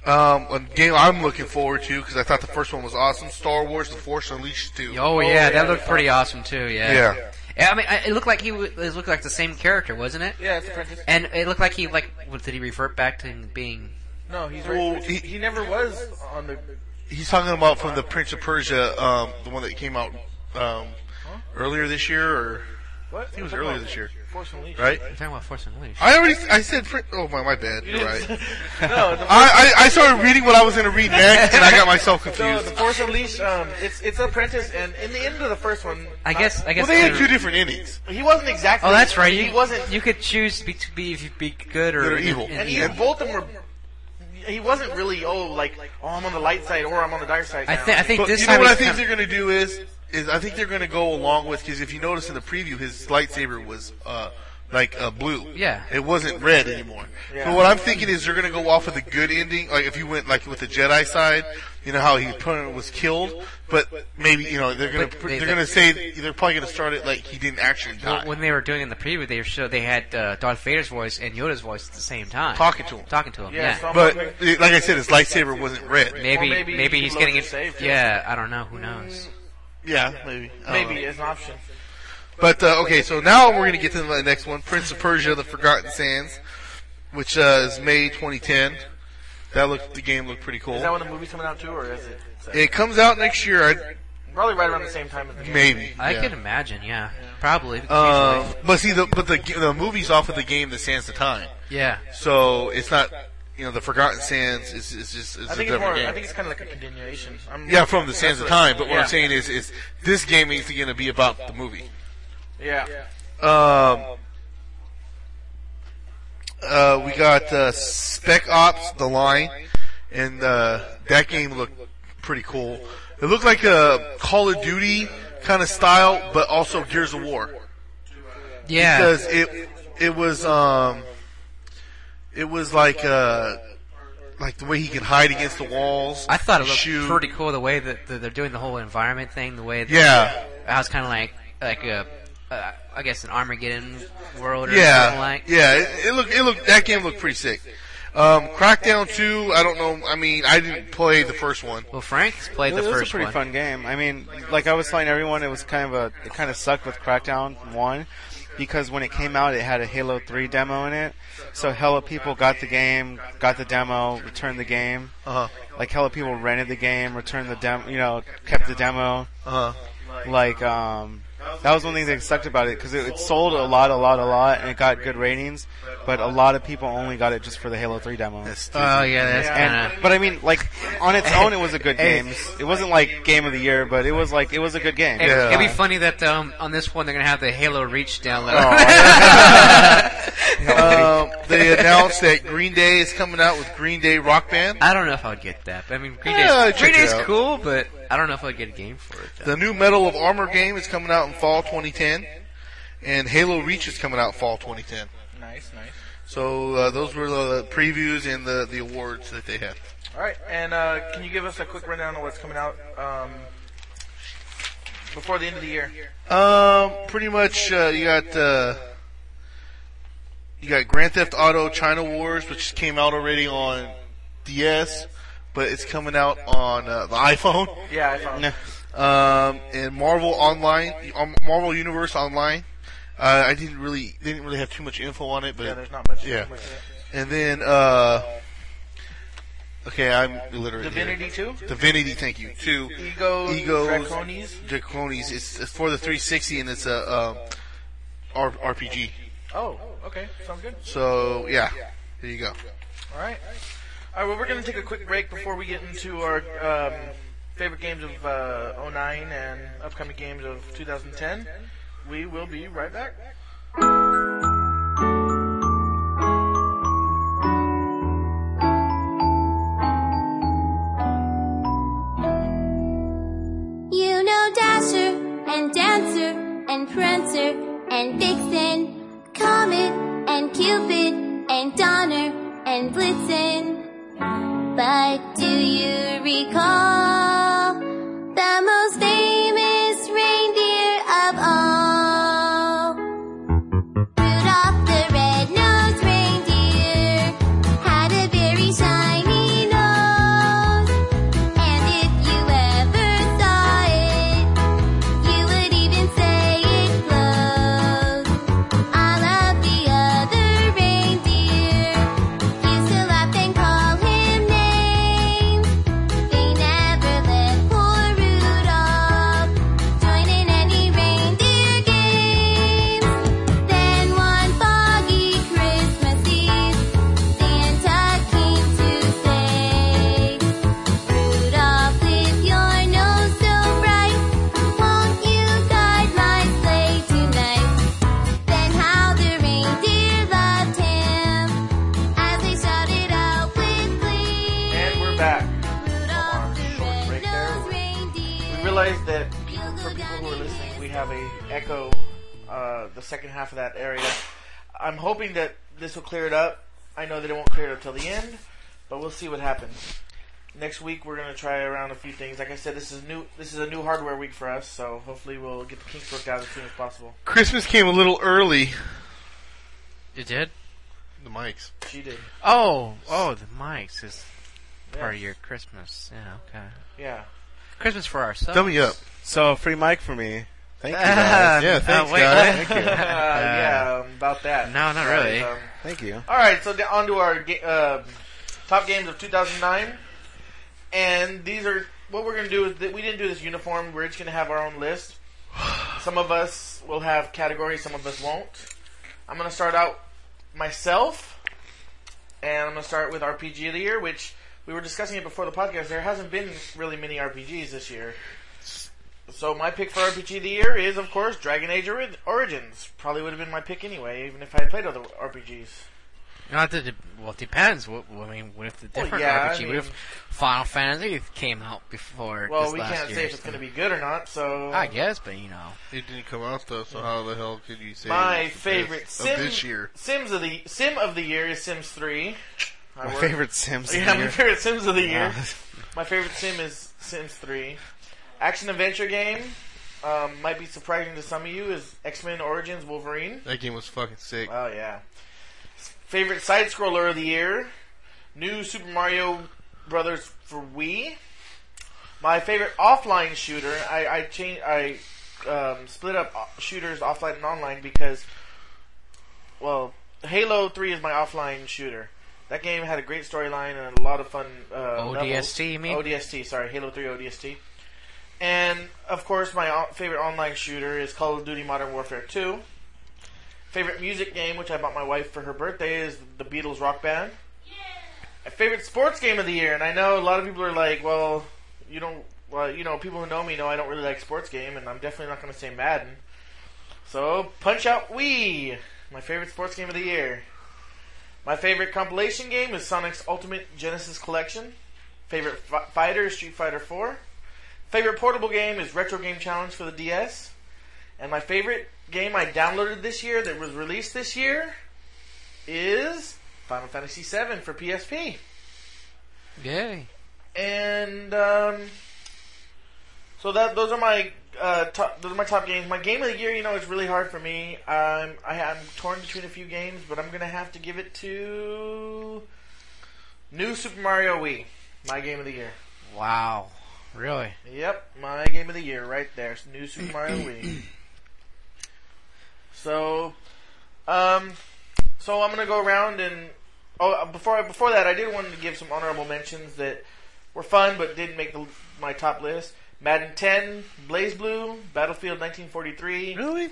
Speaker 4: Um, a game I'm looking forward to because I thought the first one was awesome. Star Wars: The Force Unleashed 2.
Speaker 2: Oh, yeah, that looked pretty awesome too. Yeah.
Speaker 4: Yeah.
Speaker 2: Yeah, I mean, I- it looked like he w- it looked like the same character, wasn't it?
Speaker 1: Yeah, it's Apprentice.
Speaker 2: And it looked like he like what, did he revert back to him being?
Speaker 1: No, he's
Speaker 4: Well,
Speaker 1: right. He,
Speaker 4: he-
Speaker 1: he never was on the.
Speaker 4: He's talking about from the Prince of Persia, um, the one that came out um, earlier this year, or
Speaker 1: What? I
Speaker 4: think it was earlier this year.
Speaker 1: Force Unleashed.
Speaker 4: right?
Speaker 2: I'm talking about Force Unleashed.
Speaker 4: I already I said Prin- oh my my bad. You're right.
Speaker 1: no, the
Speaker 4: I, I, I started reading what I was going to read next, and I got myself
Speaker 1: So uh, the
Speaker 4: confused.
Speaker 1: Force Unleashed, um, it's it's Apprentice, and in the end of the first one,
Speaker 2: I guess I
Speaker 4: Well,
Speaker 2: guess.
Speaker 4: they had
Speaker 2: they-
Speaker 4: two different innings.
Speaker 1: he wasn't exactly.
Speaker 2: oh, that's right. You,
Speaker 1: He wasn't.
Speaker 2: You could choose to be, to be if you be good or,
Speaker 4: Good or evil.
Speaker 1: and
Speaker 2: And
Speaker 1: he,
Speaker 2: evil.
Speaker 1: both of them were. He wasn't really. Oh, like oh, I'm on the light side or I'm on the dark side.
Speaker 2: I
Speaker 1: now.
Speaker 2: think I think
Speaker 4: But
Speaker 2: this
Speaker 4: you know
Speaker 2: time
Speaker 4: what I
Speaker 2: it's
Speaker 4: think
Speaker 2: kinda-
Speaker 4: they're going to do is is I think they're going to go along with because if you notice in the preview, his lightsaber was uh like uh, blue.
Speaker 2: Yeah.
Speaker 4: it wasn't red anymore.
Speaker 1: Yeah.
Speaker 4: So what I'm thinking is they're going to go off with a good ending. Like if you went like with the Jedi side, you know how he was killed, but maybe you know they're going
Speaker 2: But
Speaker 4: to
Speaker 2: they-
Speaker 4: they're going to say they're probably going to start it like he didn't actually die.
Speaker 2: Well, when they were doing it in the preview, they showed they had uh, Darth Vader's voice and Yoda's voice at the same time,
Speaker 4: Talking to him.
Speaker 2: talking to him.
Speaker 1: Yeah,
Speaker 2: Yeah,
Speaker 1: so I'm
Speaker 4: But
Speaker 1: hoping-
Speaker 4: eh, like I said, his lightsaber wasn't red.
Speaker 2: maybe
Speaker 1: Or maybe
Speaker 2: maybe,
Speaker 1: he
Speaker 2: he's
Speaker 1: loads
Speaker 2: getting
Speaker 1: the
Speaker 2: it.
Speaker 1: save, too.
Speaker 2: yeah, I don't know.
Speaker 4: Mm.
Speaker 2: Who knows?
Speaker 4: Yeah, maybe. I don't
Speaker 1: maybe
Speaker 2: um,
Speaker 4: know.
Speaker 1: it's an option.
Speaker 4: But uh, okay, so now we're gonna get to the next one, Prince of Persia: The Forgotten Sands, which uh, is May 2010. That looked the game looked pretty
Speaker 1: Is that
Speaker 4: cool.
Speaker 1: when the movie's coming out too, or is it
Speaker 4: It comes out next year,
Speaker 1: probably right around the same time as the
Speaker 4: I,
Speaker 1: game?
Speaker 4: maybe.
Speaker 2: I
Speaker 4: yeah.
Speaker 2: can imagine. Yeah, probably.
Speaker 4: Um,
Speaker 2: Easily.
Speaker 4: but see, the but the g- the movie's off of the game that stands the time,
Speaker 2: yeah.
Speaker 4: so it's not you know the Forgotten Sands is is just it's
Speaker 1: I
Speaker 4: a
Speaker 1: think it's
Speaker 4: different
Speaker 1: more.
Speaker 4: game.
Speaker 1: I think it's kind of like a continuation. I'm,
Speaker 4: yeah, from the Sands of Time. But what
Speaker 1: Yeah.
Speaker 4: I'm saying is, is this game is going to be about the movie.
Speaker 1: Yeah.
Speaker 4: Um, uh, we got uh, Spec Ops: The Line, and uh, that game looked pretty cool. It looked like a Call of Duty kind of style, but also Gears of War
Speaker 2: Yeah.
Speaker 4: because it it was um it was like uh like the way he can hide against the walls.
Speaker 2: I thought it looked
Speaker 4: shoot.
Speaker 2: pretty cool the way that that they're doing the whole environment thing. The way that
Speaker 4: Yeah,
Speaker 2: I was kind of like like uh, uh, I guess an Armageddon world or
Speaker 4: Yeah,
Speaker 2: something like.
Speaker 4: yeah. It, it looked, it looked. That game looked pretty sick. Um, Crackdown Two. I don't know. I mean, I didn't play the first one.
Speaker 2: Well, Frank's played
Speaker 3: It
Speaker 2: the
Speaker 3: was a
Speaker 2: first
Speaker 3: pretty
Speaker 2: one.
Speaker 3: fun game. I mean, like I was telling everyone, it was kind of a it kind of sucked with Crackdown One because when it came out, it had a Halo Three demo in it. So hella people got the game, got the demo, returned the game.
Speaker 4: Uh huh.
Speaker 3: Like hella people rented the game, returned the demo, you know, kept the demo.
Speaker 4: Uh huh.
Speaker 3: Like um, that was one thing that sucked about it because it, it sold a lot, a lot, a lot, and it got good ratings. But a lot of people only got it just for the Halo Three demo.
Speaker 2: Oh yeah, that's kind
Speaker 3: And, but I mean, like on its own, it was a good game. It wasn't like game of the year, but it was like it was a good game.
Speaker 2: of.
Speaker 4: Yeah.
Speaker 2: It'd be funny that um, on this one they're gonna have the Halo Reach download.
Speaker 4: Oh. Um, they announced that Green Day is coming out with Green Day Rock Band.
Speaker 2: I don't know if I would get that. I mean, Green
Speaker 4: Yeah, I'd
Speaker 2: Day's, Green
Speaker 4: check it
Speaker 2: Day's
Speaker 4: out.
Speaker 2: cool, but I don't know if I'd get a game for it. Though.
Speaker 4: The new Medal of Armor game is coming out in fall 2010, and Halo Reach is coming out fall 2010.
Speaker 1: Nice, nice.
Speaker 4: So uh, those were the previews and the the awards that they had.
Speaker 1: All right, and uh, can you give us a quick rundown of what's coming out um, before the end of the year?
Speaker 4: Um, pretty much, uh, you got, uh, you got Grand Theft Auto China Wars, which came out already on DS, but it's coming out on, uh, the iPhone.
Speaker 1: Yeah, I found.
Speaker 3: No.
Speaker 4: Um, and Marvel Online, um, Marvel Universe Online. Uh, I didn't really, they didn't really have too much info on it, but.
Speaker 1: Yeah, there's not much.
Speaker 4: Yeah.
Speaker 1: much there.
Speaker 4: And then, uh, okay, I'm illiterate. here.
Speaker 1: Divinity Two,
Speaker 4: Divinity, thank you. Two.
Speaker 1: Ego,
Speaker 4: Egos.
Speaker 1: Draconis.
Speaker 4: Draconis. It's, it's for the 360 and it's a, um, R- RPG.
Speaker 1: Oh, okay, sounds good.
Speaker 4: So yeah, there you go.
Speaker 1: All right. All right. Well, we're going to take a quick break before we get into our um, favorite games of uh, 09 and upcoming games of 2010. We will be right back.
Speaker 5: You know Dasher and Dancer and Prancer and Vixen, Comet and Cupid and Donner and Blitzen. But do you recall the most famous reindeer of all? Rudolph the red-nosed reindeer had a very shiny nose. And if you ever saw it, you would even say it glows. All of the other reindeer used to laugh and call him names. They never let poor Rudolph join in any reindeer games. Then one foggy Christmas Eve, Santa came to say. Rudolph, with your nose so bright, won't you guide my sleigh tonight? Then how the reindeer loved him as they shouted out with glee.
Speaker 1: And we're back.
Speaker 5: Rudolph the red-nosed
Speaker 1: We
Speaker 5: reindeer.
Speaker 1: realize that people, for people who are listening, we have a echo uh, the second half of that area. I'm hoping that this will clear it up. I know that it won't clear it up till the end, but we'll see what happens. Next week we're gonna try around a few things. Like I said, this is new. This is a new hardware week for us, so hopefully we'll get the kinks worked out as soon as possible.
Speaker 4: Christmas came a little early.
Speaker 2: You did?
Speaker 4: The mics.
Speaker 1: She did.
Speaker 2: Oh, oh, the mics is
Speaker 1: Yeah.
Speaker 2: part of your Christmas. Yeah, okay.
Speaker 1: yeah.
Speaker 2: Christmas for ourselves.
Speaker 4: Dummy up.
Speaker 3: So free mic for me. Thank you.
Speaker 2: Ah,
Speaker 3: Guys.
Speaker 4: Yeah,
Speaker 2: uh,
Speaker 4: thanks,
Speaker 2: wait,
Speaker 4: guys.
Speaker 2: what?
Speaker 1: Uh, yeah, um, about that.
Speaker 2: Uh, No, not
Speaker 1: Sorry,
Speaker 2: really.
Speaker 1: um,
Speaker 3: Thank you.
Speaker 1: all right, so da- on to our ga- uh, top games of 2009, and these are what we're gonna do is that we didn't do this uniform. We're each gonna have our own list. Some of us will have categories, some of us won't. I'm gonna start out myself, and I'm gonna start with RPG of the year, which we were discussing it before the podcast. There hasn't been really many RPGs this year. So my pick for RPG of the year is, of course, Dragon Age Ori- Origins. Probably would have been my pick anyway, even if I had played other RPGs.
Speaker 2: Not that it, well, it depends. What, what- I mean, what if the
Speaker 1: Well,
Speaker 2: different
Speaker 1: yeah, I
Speaker 2: RPG?
Speaker 1: mean-
Speaker 2: what if Final Fantasy came out before
Speaker 1: Well,
Speaker 2: this
Speaker 1: we
Speaker 2: last
Speaker 1: can't
Speaker 2: year
Speaker 1: say
Speaker 2: or
Speaker 1: if it's going to
Speaker 2: something?
Speaker 1: be good or not. So
Speaker 2: I guess, but you know.
Speaker 4: It didn't come out though, so how the hell could you say?
Speaker 1: my
Speaker 4: it's the
Speaker 1: favorite
Speaker 4: best
Speaker 1: sim
Speaker 4: of this year?
Speaker 1: Sims of the Sim of the year is Sims Three. I
Speaker 3: My
Speaker 1: work-
Speaker 3: favorite Sims.
Speaker 1: Yeah, my
Speaker 3: here.
Speaker 1: favorite Sims of the year.
Speaker 3: Yeah.
Speaker 1: My favorite Sim is Sims Three. Action adventure game. um, might be surprising to some of you is X Men Origins Wolverine.
Speaker 4: That game was fucking sick.
Speaker 1: Oh yeah. Favorite side scroller of the year. New Super Mario Brothers for Wii. My favorite offline shooter. I I changed I um, split up o- shooters offline and online because well, Halo 3 is my offline shooter. That game had a great storyline and a lot of fun uh, levels.
Speaker 2: ODST, you mean?
Speaker 1: ODST, sorry, Halo 3 ODST. And of course, my o- favorite online shooter is Call of Duty Modern Warfare 2. Favorite music game, which I bought my wife for her birthday, is the Beatles Rock Band. My favorite sports game of the year, and I know a lot of people are like, "Well, you don't, well, you know, people who know me know I don't really like sports game, and I'm definitely not going to say Madden." So, Punch Out Wii, my favorite sports game of the year. My favorite compilation game is Sonic's Ultimate Genesis Collection. Favorite fi- fighter is Street Fighter 4. Favorite portable game is Retro Game Challenge for the DS. And my favorite game I downloaded this year that was released this year is Final Fantasy VII for PSP.
Speaker 2: Yay.
Speaker 1: And um, so that those are my uh, top, those are my top games. My game of the year, you know, is really hard for me. Um, I, I'm torn between a few games, but I'm gonna have to give it to New Super Mario Wii. My game of the year.
Speaker 2: Wow. Really?
Speaker 1: Yep, my game of the year right there. New Super Mario Wii. So, um, so I'm gonna go around and oh, uh, before I- before that, I did want to give some honorable mentions that were fun but didn't make the, my top list. Madden 10, Blaze Blue, Battlefield 1943.
Speaker 4: Really?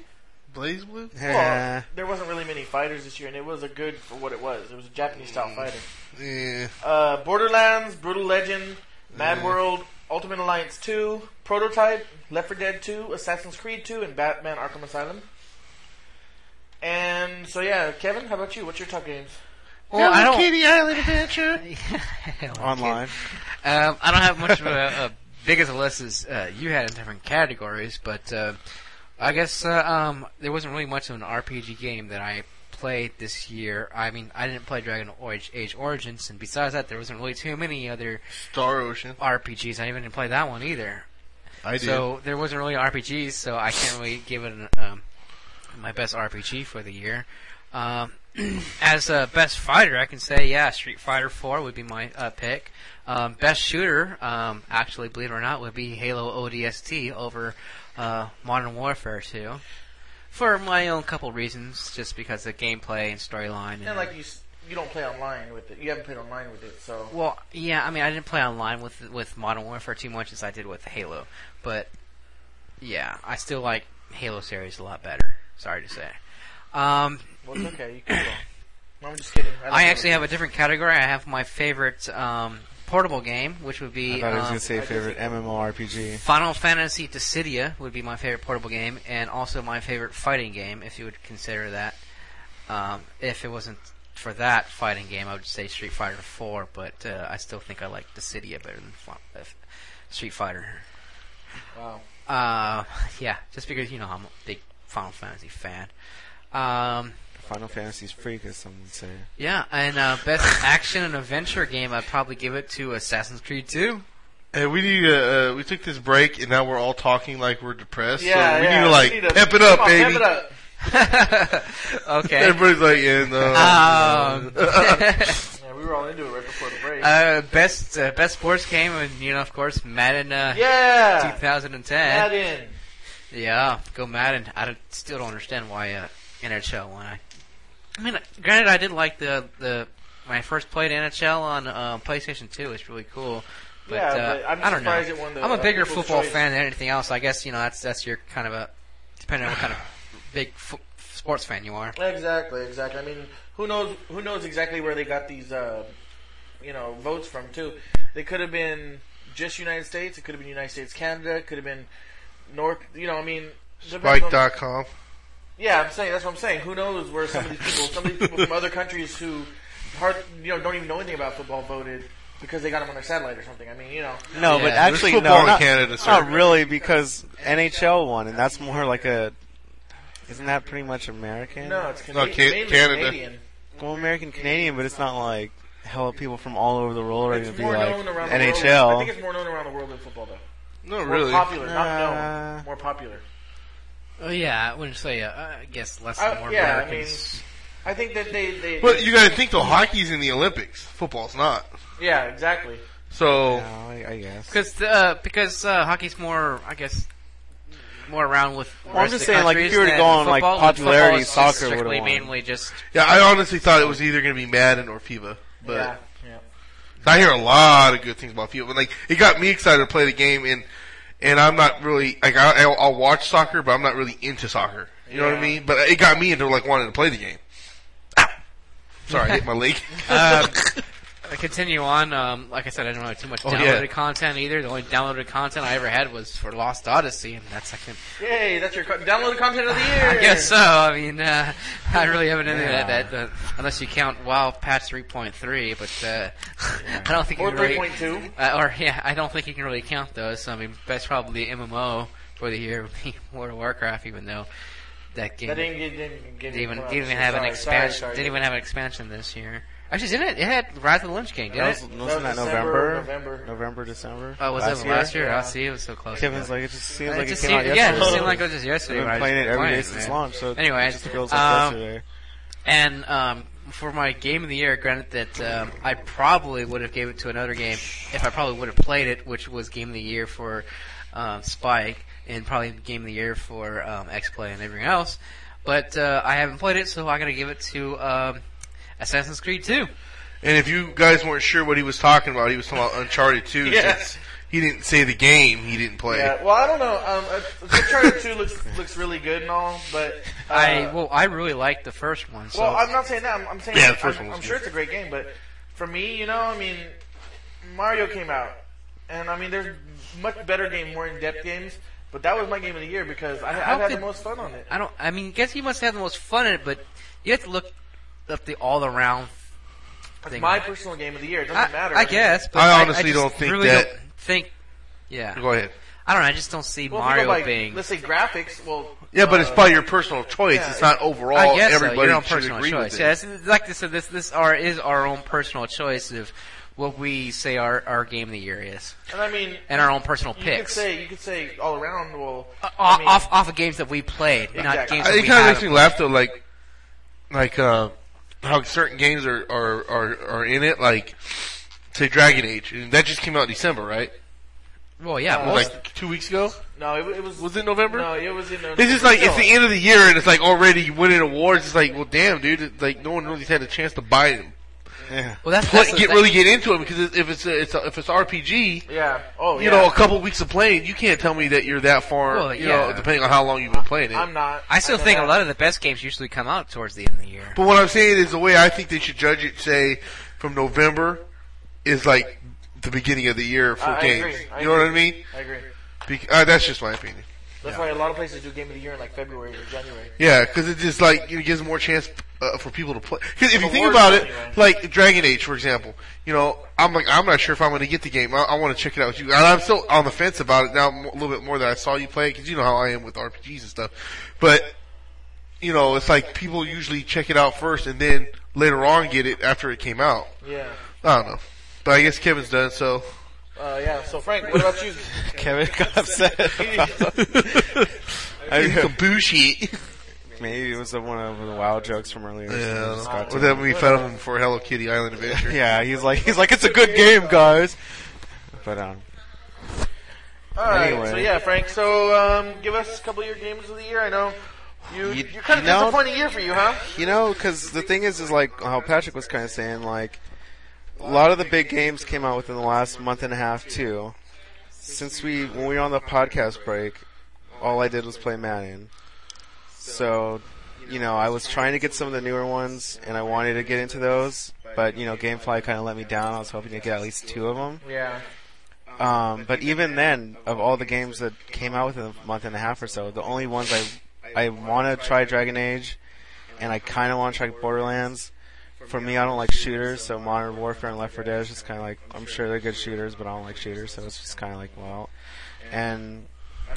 Speaker 4: Blaze Blue?
Speaker 1: Well, there wasn't really many fighters this year, and it was a good for what it was. It was a Japanese style fighter.
Speaker 4: Yeah.
Speaker 1: Uh, Borderlands, Brutal Legend, Mad World, Ultimate Alliance 2, Prototype, Left 4 Dead 2, Assassin's Creed 2, and Batman Arkham Asylum. And so yeah, Kevin, how about you? What's your top games?
Speaker 2: Well, I don't.
Speaker 4: Oh, Kitty Island Adventure.
Speaker 3: online.
Speaker 2: Um, I don't have much of a, a big as a list as uh, you had in different categories, but uh, I guess uh, um, there wasn't really much of an RPG game that I played this year. I mean, I didn't play Dragon Age Age Origins, and besides that, there wasn't really too many other
Speaker 4: Star Ocean.
Speaker 2: RPGs. I even didn't play that one either.
Speaker 4: I did.
Speaker 2: So there wasn't really RPGs, so I can't really give it an, um, my best RPG for the year. Um, as a best fighter, I can say yeah, Street Fighter 4 would be my uh, pick. Um, best shooter, um, actually, believe it or not, would be Halo ODST over uh, Modern Warfare 2. For my own couple reasons, just because of gameplay and storyline.
Speaker 1: And like you, s- you don't play online with it. You haven't played online with it, so
Speaker 2: Well, yeah, I mean, I didn't play online with with Modern Warfare too much as I did with Halo, but yeah, I still like Halo series a lot better. Sorry to say. Um,
Speaker 1: well, it's okay. You can go. I'm just kidding.
Speaker 2: I actually have a different category. I have my favorite um, portable game, which would
Speaker 3: I
Speaker 2: be
Speaker 3: thought I was
Speaker 2: um,
Speaker 3: gonna say favorite MMORPG.
Speaker 2: Final Fantasy Dissidia would be my favorite portable game, and also my favorite fighting game, if you would consider that. Um, if it wasn't for that fighting game, I would say Street Fighter 4, but uh, I still think I like Dissidia better than Fla- uh, Street Fighter.
Speaker 1: Wow.
Speaker 2: Uh, yeah, just because, you know, I'm a big Final Fantasy fan. Um,
Speaker 3: Final Fantasy's free, as some would say.
Speaker 2: yeah, and uh, best action and adventure game, I'd probably give it to Assassin's Creed 2.
Speaker 4: Hey, we need uh, uh, we took this break and now we're all talking like we're depressed.
Speaker 1: Yeah,
Speaker 4: so we
Speaker 1: yeah,
Speaker 4: need to like
Speaker 1: to-
Speaker 4: pep it up,
Speaker 1: come on,
Speaker 4: baby.
Speaker 1: Pep it up.
Speaker 2: okay.
Speaker 4: Everybody's like, uh, yeah, no.
Speaker 1: Ah.
Speaker 2: Um,
Speaker 1: Yeah, we were all into it right before the break.
Speaker 2: Uh, best uh, best sports game, and you know, of course, Madden uh,
Speaker 1: yeah.
Speaker 2: 2010.
Speaker 1: Add in.
Speaker 2: Yeah, go Madden. I don't, still don't understand why uh, NHL won. I, I mean, granted, I did like the the when I first played NHL on uh, PlayStation 2. It's really cool. But,
Speaker 1: Yeah,
Speaker 2: uh,
Speaker 1: but I'm
Speaker 2: I don't know.
Speaker 1: surprised it won the,
Speaker 2: I'm a
Speaker 1: uh,
Speaker 2: bigger
Speaker 1: People's
Speaker 2: football
Speaker 1: Choice.
Speaker 2: fan than anything else. I guess you know that's that's your kind of a depending on what kind of big fo- sports fan you are.
Speaker 1: Exactly, exactly. I mean, who knows? Who knows exactly where they got these, uh, you know, votes from too? They could have been just United States. It could have been United States, Canada. It could have been North. You know, I mean, depends on-
Speaker 4: Bike.com.
Speaker 1: Yeah, I'm saying that's what I'm saying. Who knows where some of these people, some of these people from other countries who, hard, you know, don't even know anything about football voted because they got them on their satellite or something. I mean, you know,
Speaker 3: No, but
Speaker 2: Yeah, there's
Speaker 3: actually, no,
Speaker 4: football in
Speaker 3: not,
Speaker 4: Canada,
Speaker 3: not
Speaker 4: sir.
Speaker 3: really, because NHL won, and that's more like a. Isn't that pretty much American?
Speaker 1: no, it's
Speaker 4: No,
Speaker 1: Canadian.
Speaker 4: Ca- Canada.
Speaker 1: Canadian.
Speaker 3: Well, American Canadian, but it's not like hell people from all over the world are going
Speaker 1: It's
Speaker 3: to be
Speaker 1: more
Speaker 3: like
Speaker 1: known around the world. I
Speaker 3: NHL.
Speaker 1: think it's more known around the world than football, though.
Speaker 4: No,
Speaker 1: More
Speaker 4: really.
Speaker 1: popular, not
Speaker 3: Uh,
Speaker 1: known. More popular.
Speaker 2: Oh yeah, I wouldn't say. Uh, I guess less
Speaker 1: I-
Speaker 2: than more
Speaker 1: yeah, I
Speaker 2: Americans.
Speaker 1: I think that they, they,
Speaker 4: But you gotta think though, hockey's in the Olympics. Football's not.
Speaker 1: yeah, exactly.
Speaker 4: So
Speaker 3: No, I, I guess.
Speaker 2: Because uh, because uh, hockey's more, I guess, more around with. the
Speaker 3: I'm
Speaker 2: rest
Speaker 3: just
Speaker 2: of the
Speaker 3: saying, like, if
Speaker 2: countries
Speaker 3: you were to
Speaker 2: than
Speaker 3: go on, like,
Speaker 2: football, when
Speaker 3: popularity,
Speaker 2: football is just
Speaker 3: soccer would've
Speaker 2: strictly
Speaker 3: won.
Speaker 2: mainly just.
Speaker 4: yeah, I honestly thought it was either gonna be Madden or FIBA. But
Speaker 1: yeah, yeah.
Speaker 4: I hear a lot of good things about FIBA. But like it got me excited to play the game and and I'm not really like I, I'll, I'll watch soccer, but I'm not really into soccer. You know what I
Speaker 1: Yeah.
Speaker 4: mean? But it got me into like wanting to play the game. Ow. Sorry, I hit my leg.
Speaker 2: Um, I continue on. Um, like I said, I don't have too much
Speaker 4: Oh, yeah.
Speaker 2: downloaded content either. The only downloaded content I ever had was for Lost Odyssey, and that's I can.
Speaker 1: Yay, that's your co- downloaded content of the year.
Speaker 2: I guess so. I mean, uh, I really haven't any of that, that uh, unless you count WoW patch 3.3, but uh, I don't think
Speaker 1: Or
Speaker 2: you can really,
Speaker 1: 3.2.
Speaker 2: uh, or yeah, I don't think you can really count those. So I mean, that's probably the MMO for the year would be World of Warcraft, even though that game
Speaker 1: That didn't, get- didn't, get-
Speaker 2: didn't even
Speaker 1: well,
Speaker 2: didn't even
Speaker 1: sorry,
Speaker 2: have an
Speaker 1: sorry,
Speaker 2: expansion.
Speaker 1: sorry.
Speaker 2: Didn't even have an expansion this year. Actually, didn't it? It had Wrath of the Lynch King,
Speaker 3: That
Speaker 2: didn't
Speaker 3: was, wasn't
Speaker 2: it?
Speaker 1: was
Speaker 3: that
Speaker 1: December,
Speaker 3: November?
Speaker 1: November.
Speaker 3: December.
Speaker 2: Oh, was that last year? I see it was so close.
Speaker 3: Kevin's like, it just seems
Speaker 2: It
Speaker 3: like it,
Speaker 2: just
Speaker 3: came
Speaker 2: seemed-
Speaker 3: out
Speaker 2: yeah, it
Speaker 3: yesterday.
Speaker 2: just seemed like it was just yesterday.
Speaker 3: We've
Speaker 2: but I
Speaker 3: been playing it
Speaker 2: just
Speaker 3: every
Speaker 2: playing
Speaker 3: day
Speaker 2: it,
Speaker 3: since
Speaker 2: man.
Speaker 3: launch, so
Speaker 2: Anyway,
Speaker 3: it just feels like
Speaker 2: um,
Speaker 3: yesterday.
Speaker 2: And um, for my game of the year, granted that um, I probably would have gave it to another game if I probably would have played it, which was game of the year for um, Spike and probably game of the year for um, XPlay and everything else. But uh, I haven't played it, so I'm gonna give it to um, Assassin's Creed 2.
Speaker 4: And if you guys weren't sure what he was talking about, he was talking about Uncharted 2.
Speaker 1: Yeah.
Speaker 4: Since he didn't say the game he didn't play.
Speaker 1: Yeah, well, I don't know. Um, uh, Uncharted 2 looks looks really good and all, but uh,
Speaker 2: I well, I really liked the first one. So
Speaker 1: well, I'm not saying that. I'm, I'm saying
Speaker 4: Yeah, the first
Speaker 1: I'm,
Speaker 4: one was
Speaker 1: I'm sure
Speaker 4: good.
Speaker 1: it's a great game, but for me, you know, I mean, Mario came out, and I mean, there's much better game, more in depth games, but that was my game of the year because I,
Speaker 2: How
Speaker 1: I've had
Speaker 2: could-
Speaker 1: the most fun on it.
Speaker 2: I don't. I mean, I guess you must have the most fun in it, but you have to look up the all around.
Speaker 1: It's my personal game of the year. It doesn't
Speaker 2: I,
Speaker 1: matter.
Speaker 2: I guess. But
Speaker 4: I honestly
Speaker 2: just
Speaker 4: don't think
Speaker 2: really
Speaker 4: that-
Speaker 2: Don't think. Yeah.
Speaker 4: Go ahead.
Speaker 2: I don't know. I just don't see
Speaker 1: Well, if you go
Speaker 2: Mario
Speaker 1: by,
Speaker 2: being.
Speaker 1: Let's say graphics. Well, uh,
Speaker 4: Yeah, but it's by your personal choice.
Speaker 1: yeah,
Speaker 4: it's not overall.
Speaker 2: I guess so.
Speaker 4: everybody
Speaker 2: Your own
Speaker 4: should
Speaker 2: personal
Speaker 4: agree
Speaker 2: choice.
Speaker 4: with it.
Speaker 2: Yes. Like I said, this this are is our own personal choice of what we say our our game of the year is,
Speaker 1: and I mean,
Speaker 2: and our own personal
Speaker 1: you could
Speaker 2: picks.
Speaker 1: say you could say all around. Well,
Speaker 2: O-
Speaker 1: I mean,
Speaker 2: off off of games that we played, not
Speaker 1: Exactly.
Speaker 2: games
Speaker 4: I-
Speaker 2: that
Speaker 4: It
Speaker 2: we
Speaker 4: kind of
Speaker 2: haven't
Speaker 4: makes me laugh though, like, like uh, how certain games are, are are are in it, like say Dragon Age, and that just came out in December, right?
Speaker 2: Well,
Speaker 4: Uh,
Speaker 2: yeah, most,
Speaker 4: Like two weeks ago.
Speaker 1: no, it, it was
Speaker 4: Was it November?
Speaker 1: No, it was in.
Speaker 4: It's just like it's
Speaker 1: no.
Speaker 4: the end of the year, and it's like already winning awards. It's like, well, damn, dude, it's like no one really had a chance to buy them,
Speaker 3: Yeah.
Speaker 2: well, that's,
Speaker 4: play,
Speaker 2: that's the
Speaker 4: get
Speaker 2: thing.
Speaker 4: really get into it because if it's a, it's a, if it's RPG.
Speaker 1: Yeah. Oh, yeah.
Speaker 4: You know, a couple weeks of playing, you can't tell me that you're that far.
Speaker 2: Well,
Speaker 4: you
Speaker 2: yeah.
Speaker 4: know, depending on how long you've been playing it.
Speaker 1: I'm not.
Speaker 2: I still
Speaker 1: know
Speaker 2: think a
Speaker 1: that.
Speaker 2: lot of the best games usually come out towards the end of the year.
Speaker 4: But what I'm saying is the way I think they should judge it, say, from November, is like the beginning of the year for
Speaker 1: I- I
Speaker 4: games.
Speaker 1: agree. I
Speaker 4: you know what I
Speaker 1: agree.
Speaker 4: mean?
Speaker 1: I agree.
Speaker 4: Bec uh, that's just my opinion.
Speaker 1: That's why a lot of places do game of the year in like February or January.
Speaker 4: Yeah, because it just like it gives more chance uh, for people to play. 'Cause if you think
Speaker 1: Awards,
Speaker 4: about it,
Speaker 1: anyway.
Speaker 4: like Dragon Age, for example, you know, I'm like I'm not sure if I'm going to get the game. I, I want to check it out with you, and I'm still on the fence about it now mo- a little bit more that I saw you play because you know how I am with RPGs and stuff. But you know, it's like people usually check it out first and then later on get it after it came out.
Speaker 1: Yeah.
Speaker 4: I don't know. But I guess Kevin's done, so.
Speaker 1: Uh, yeah. So Frank, what about you?
Speaker 3: Kevin got upset. I,
Speaker 4: bullshit.
Speaker 3: maybe it was the one of the wow jokes from earlier.
Speaker 4: Yeah.
Speaker 3: Just got to
Speaker 4: Was that when we found him for Hello Kitty Island Adventure?
Speaker 3: Yeah, he's like, he's like, it's a good game, guys. But um,
Speaker 1: All right.
Speaker 3: Anyway.
Speaker 1: So yeah, Frank. So um, give us a couple of your games of the year. I know you.
Speaker 3: You-
Speaker 1: You, are kind of
Speaker 3: you know-
Speaker 1: disappointing year for you, huh?
Speaker 3: you know, because the thing is, is like how Patrick was kind of saying, like a lot of the big games came out within the last month and a half too. Since we when we were on the podcast break, all I did was play Madden. So, you know, I was trying to get some of the newer ones, and I wanted to get into those, but you know, GameFly kind of let me down. I was hoping to get at least two of them.
Speaker 1: Yeah.
Speaker 3: Um, but even then, of all the games that came out within a month and a half or so, the only ones I I want to try Dragon Age, and I kind of want to try Borderlands. For me, I don't like shooters, so Modern Warfare and Left 4 Dead is just kind of like I'm sure they're good shooters, but I don't like shooters, so it's just kind of like well, and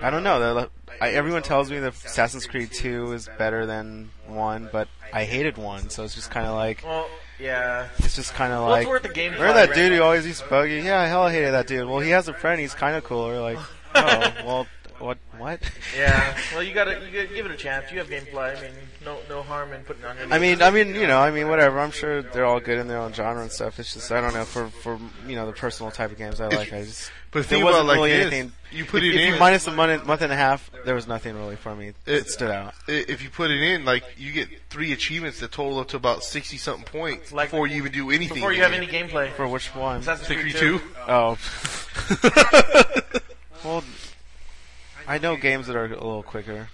Speaker 3: I don't know. they're li- I, everyone tells me that Assassin's Creed 2 is better than one, but I hated one, so it's just kind of like
Speaker 1: Well. Yeah.
Speaker 3: it's just kind of
Speaker 1: Well, it's
Speaker 3: like
Speaker 1: worth the game.
Speaker 3: Remember that dude who always used to bug you? Yeah, hell, I hated that dude. Well, he has a friend. He's kind of cool. Or like, oh, well, what? What?
Speaker 1: Yeah. Well, you gotta, you gotta give it a chance. You have gameplay. I mean, no, no harm in putting on your.
Speaker 3: I mean, I mean, you know, I mean, whatever. I'm sure they're all good in their own genre and stuff. It's just I don't know for for you know the personal type of games I like. I just
Speaker 4: But
Speaker 3: there
Speaker 4: think
Speaker 3: wasn't
Speaker 4: about it like
Speaker 3: really
Speaker 4: this.
Speaker 3: anything.
Speaker 4: You put
Speaker 3: if,
Speaker 4: it
Speaker 3: if
Speaker 4: in.
Speaker 3: you minus the month, month and a half, there was nothing really for me that
Speaker 4: It-
Speaker 3: stood out.
Speaker 4: i- if you put it in, like you get three achievements that total up to about sixty something points
Speaker 1: Like-
Speaker 4: before you even do anything.
Speaker 1: before you have any gameplay.
Speaker 3: For which one?
Speaker 1: Assassin's
Speaker 4: Creed
Speaker 1: Creed
Speaker 4: two.
Speaker 3: Oh, well, I know games that are a little quicker.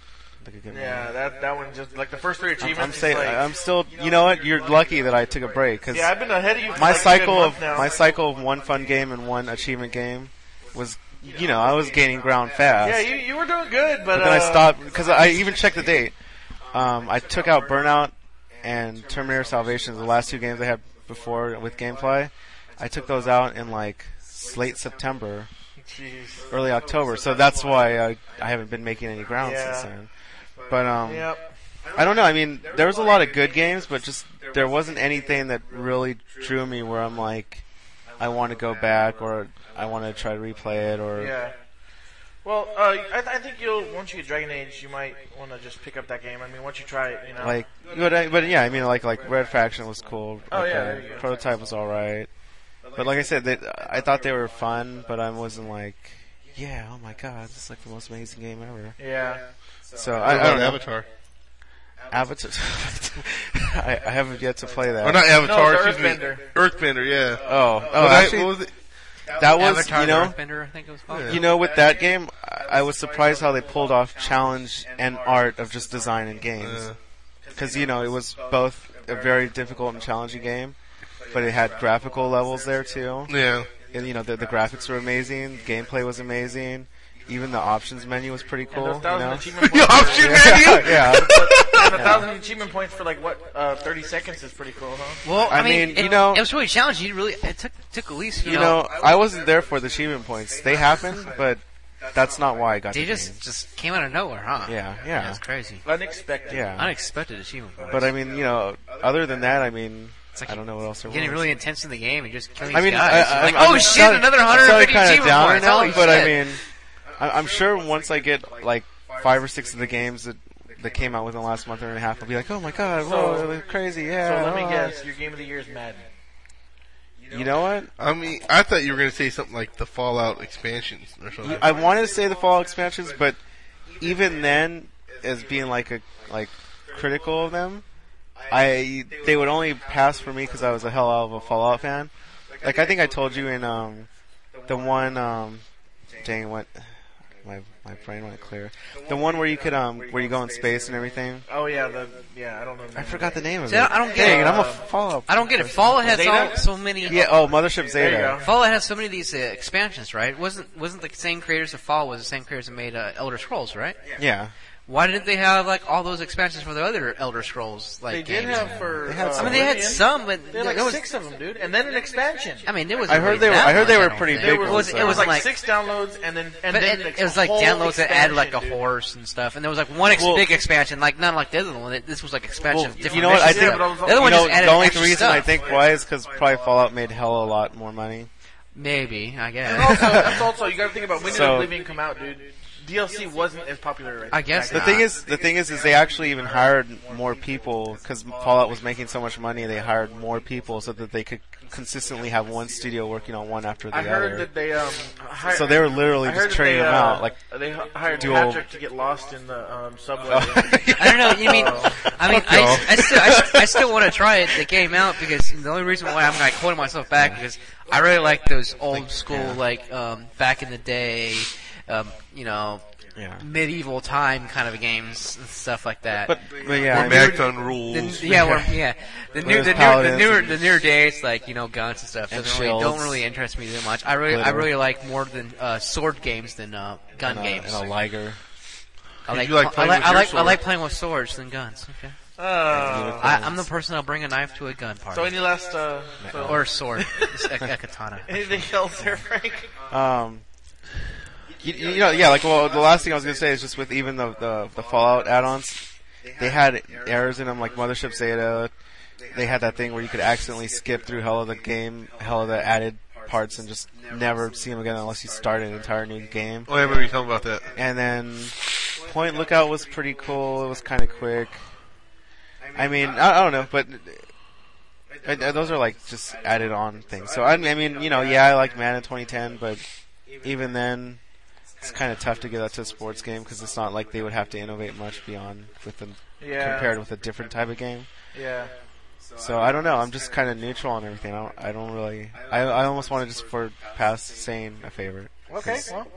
Speaker 3: Like a good
Speaker 1: Yeah, that that one just like the first three
Speaker 3: one.
Speaker 1: achievements.
Speaker 3: I'm
Speaker 1: it's
Speaker 3: saying
Speaker 1: like-
Speaker 3: I'm still. You know what? You're lucky that I took a break because
Speaker 1: yeah, I've been ahead of you. for
Speaker 3: my
Speaker 1: like a good
Speaker 3: cycle
Speaker 1: month
Speaker 3: of
Speaker 1: now.
Speaker 3: my cycle of one fun game and one achievement game was, you know, I was gaining ground fast.
Speaker 1: Yeah, you you were doing good, but,
Speaker 3: but then I
Speaker 1: uh,
Speaker 3: stopped because I even checked the date. Um, I took out Burnout and Terminator Salvation, the last two games I had before with gameplay. I took those out in like late September,
Speaker 1: Jeez.
Speaker 3: early October. So that's why I, I haven't been making any ground since
Speaker 1: Yeah.
Speaker 3: then. But um,
Speaker 1: Yep.
Speaker 3: I don't know. I mean, there was a lot of good games, but just there wasn't anything that really drew me where I'm like, I want to go back or I want to try to replay it or
Speaker 1: Yeah. Well, uh, I, th- I think you'll once you get Dragon Age, you might want to just pick up that game. I mean, once you try it, you know.
Speaker 3: like. But, I, but yeah, I mean, like like Red Faction was cool.
Speaker 1: Oh,
Speaker 3: like,
Speaker 1: yeah,
Speaker 3: uh,
Speaker 1: there you go.
Speaker 3: Prototype was all right. But like I said, they, I thought they were fun, but I wasn't like, yeah, oh my god, this is like the most amazing game ever.
Speaker 1: yeah.
Speaker 3: So
Speaker 4: I,
Speaker 3: I, I don't know.
Speaker 4: Avatar.
Speaker 3: Avatar. I, I haven't yet to play that.
Speaker 4: Or not Avatar.
Speaker 1: No, the
Speaker 4: excuse me.
Speaker 1: Earthbender.
Speaker 4: Earthbender. Yeah.
Speaker 3: oh, oh,
Speaker 4: What I-
Speaker 3: actually,
Speaker 4: what was it?
Speaker 3: that was
Speaker 2: Avatar
Speaker 3: you know.
Speaker 2: the Earthbender, I think it was called.
Speaker 3: You know, with that game, I I was surprised how they pulled off challenge and art of just design in games.
Speaker 4: Uh,
Speaker 3: Because, you know, it was both a very difficult and challenging game, but it had graphical levels there too.
Speaker 4: yeah.
Speaker 3: And, you know, the, the graphics were amazing, gameplay was amazing, even the options menu was pretty
Speaker 1: And
Speaker 3: cool.
Speaker 1: those
Speaker 3: You
Speaker 1: thousand
Speaker 3: know?
Speaker 1: achievement
Speaker 4: The
Speaker 1: points.
Speaker 4: option
Speaker 3: yeah,
Speaker 4: menu.
Speaker 3: yeah.
Speaker 1: and a thousand achievement points for like what uh, thirty seconds is pretty cool, huh?
Speaker 2: Well,
Speaker 3: I
Speaker 2: I, mean,
Speaker 3: mean,
Speaker 2: it,
Speaker 3: you know-
Speaker 2: it was really challenging. You really, it took took at least you,
Speaker 3: You know, I wasn't there for the achievement points. They happened, but that's not why I got
Speaker 2: they
Speaker 3: the
Speaker 2: just
Speaker 3: game.
Speaker 2: just came out of nowhere, huh?
Speaker 3: Yeah, yeah,
Speaker 2: That's crazy.
Speaker 1: Unexpected.
Speaker 3: yeah.
Speaker 2: Unexpected achievement. points.
Speaker 3: But I mean, you know, other than that, I mean,
Speaker 2: It's like
Speaker 3: I don't know what else there was.
Speaker 2: Getting really intense in the game and just killing
Speaker 3: I mean,
Speaker 2: these guys.
Speaker 3: I, I,
Speaker 2: like,
Speaker 3: I'm-
Speaker 2: oh
Speaker 3: I'm
Speaker 2: shit,
Speaker 3: sorry-
Speaker 2: another
Speaker 3: I'm
Speaker 2: 150
Speaker 3: sorry, kinda
Speaker 2: achievement
Speaker 3: downer
Speaker 2: points.
Speaker 3: now,
Speaker 2: Holy
Speaker 3: but
Speaker 2: shit.
Speaker 3: I mean, I- I'm sure once I get like five or six of the games that that came out within the last month and a half, I'll be like, oh my god, whoa,
Speaker 1: So-
Speaker 3: it was crazy,
Speaker 1: So
Speaker 3: yeah.
Speaker 1: let me
Speaker 3: oh.
Speaker 1: guess, your game of the year is Madden.
Speaker 3: You know what?
Speaker 4: I mean, I thought you were gonna say something like the Fallout expansions or something.
Speaker 3: I wanted to say the Fallout expansions, but even then, as being like a like critical of them, I they would only pass for me because I was a hell out of a Fallout fan. Like I think I told you in um the one um dang what my my brain went clear the one where you could um where you go in space and everything.
Speaker 1: Oh yeah, the yeah, I don't know.
Speaker 3: I forgot the name of
Speaker 2: See,
Speaker 3: it.
Speaker 2: I don't get
Speaker 3: Dang,
Speaker 2: it.
Speaker 3: and I'm a Fallout.
Speaker 2: I don't get it. Fallout has
Speaker 1: Zeta?
Speaker 2: all, so many.
Speaker 3: Yeah. Oh, Mothership Zeta.
Speaker 1: There you go.
Speaker 2: Fallout has so many of these uh, expansions, right? Wasn't wasn't the same creators of Fallout was the same creators that made uh, Elder Scrolls, right?
Speaker 3: Yeah.
Speaker 2: Why didn't they have like all those expansions for the other Elder Scrolls like
Speaker 1: They did
Speaker 2: games?
Speaker 1: have for.
Speaker 3: They had
Speaker 1: uh,
Speaker 3: some.
Speaker 2: I mean, they had
Speaker 1: Oblivion.
Speaker 2: some, but
Speaker 1: They had like
Speaker 2: there was,
Speaker 1: six of them, dude, and then an expansion.
Speaker 2: I mean, there was.
Speaker 3: I heard they were- I heard they were pretty
Speaker 1: They
Speaker 3: big
Speaker 1: were,
Speaker 2: It
Speaker 3: ones,
Speaker 2: was,
Speaker 1: it was like,
Speaker 2: like
Speaker 1: six downloads, and then and
Speaker 2: But
Speaker 1: then
Speaker 2: it,
Speaker 1: ex-
Speaker 2: it was like
Speaker 1: whole
Speaker 2: downloads that added like a
Speaker 1: expansion, dude.
Speaker 2: horse and stuff, and there was like one ex-
Speaker 3: Well-
Speaker 2: big expansion, like not like the other one. This was like expansion.
Speaker 3: Well,
Speaker 2: of different
Speaker 3: you know what? I
Speaker 2: missions.
Speaker 3: think
Speaker 1: Yeah, but I was-
Speaker 2: the other
Speaker 1: you
Speaker 2: one
Speaker 3: know,
Speaker 2: just added
Speaker 3: the only
Speaker 2: extra
Speaker 3: reason
Speaker 2: stuff.
Speaker 3: I think why is because probably Fallout made hell a lot more money.
Speaker 2: maybe I
Speaker 1: And also,
Speaker 2: guess.
Speaker 1: that's also you gotta think about when did
Speaker 3: So-
Speaker 1: Oblivion come out, dude? DLC wasn't as popular. Right
Speaker 2: I guess
Speaker 3: The
Speaker 1: back
Speaker 2: not.
Speaker 3: thing is, the thing is, is they actually even hired more people because Fallout was making so much money. They hired more people so that they could consistently have one studio working on one after the
Speaker 1: then. I heard
Speaker 3: other.
Speaker 1: that they um. Hi-
Speaker 3: so they were literally
Speaker 1: I heard
Speaker 3: just
Speaker 1: that
Speaker 3: trading
Speaker 1: they,
Speaker 3: them
Speaker 1: uh,
Speaker 3: out. Like,
Speaker 1: they h- hired
Speaker 3: dual-
Speaker 1: Patrick to get lost in the um, subway.
Speaker 2: I don't know. You mean?
Speaker 1: Oh.
Speaker 2: I mean, I, I still, I, I still want to try it. The game out because the only reason why I'm like holding myself back because I really like those old school, like um, back in the day, um, you know,
Speaker 3: yeah,
Speaker 2: medieval time kind of games and stuff like that.
Speaker 3: but, but yeah, I mean,
Speaker 4: Magton
Speaker 2: the,
Speaker 4: rules.
Speaker 2: yeah, we're, yeah. The new,
Speaker 3: Those
Speaker 2: the newer, the
Speaker 3: paladins
Speaker 2: newer,
Speaker 3: and-
Speaker 2: the newer days, like you know, guns and stuff,
Speaker 3: And
Speaker 2: doesn't really, don't
Speaker 3: shields.
Speaker 2: really interest me that much. I really, I
Speaker 3: Glitter.
Speaker 2: really like more than uh, sword games than uh, gun
Speaker 3: and a,
Speaker 2: games.
Speaker 3: and a Liger.
Speaker 2: I like,
Speaker 4: you like
Speaker 2: I
Speaker 4: playing
Speaker 2: like,
Speaker 4: with
Speaker 2: I
Speaker 4: your
Speaker 2: like, I
Speaker 4: sword?
Speaker 2: like playing with swords than guns. Okay.
Speaker 1: Uh,
Speaker 2: I, I'm the person that'll bring a knife to a gun party.
Speaker 1: so any last uh, so-
Speaker 2: or a sword. It's a, a katana.
Speaker 1: anything else there, Frank?
Speaker 3: Um, you, you know, yeah, like well, the last thing I was gonna say is just with even the the, the Fallout add-ons, they had errors in them, like Mothership Zeta. They had that thing where you could accidentally skip through hell of the game, hell of the added parts and just never see them again unless you start an entire new game.
Speaker 4: Oh, yeah, I remember you talking about that.
Speaker 3: And then Point Lookout was pretty cool. It was kind of quick. I mean, I, I don't know, but I, I- those are like just added on things. So I, I mean, you know, yeah, I like Madden 2010, but even then, it's kind of tough to get that to a sports game because it's not like they would have to innovate much beyond with them
Speaker 1: Yeah.
Speaker 3: compared with a different type of game.
Speaker 1: Yeah.
Speaker 3: So I don't know. I'm just kind of neutral on everything. I don't, I don't really. I, I almost want to just for pass saying a favorite.
Speaker 1: Okay. Well,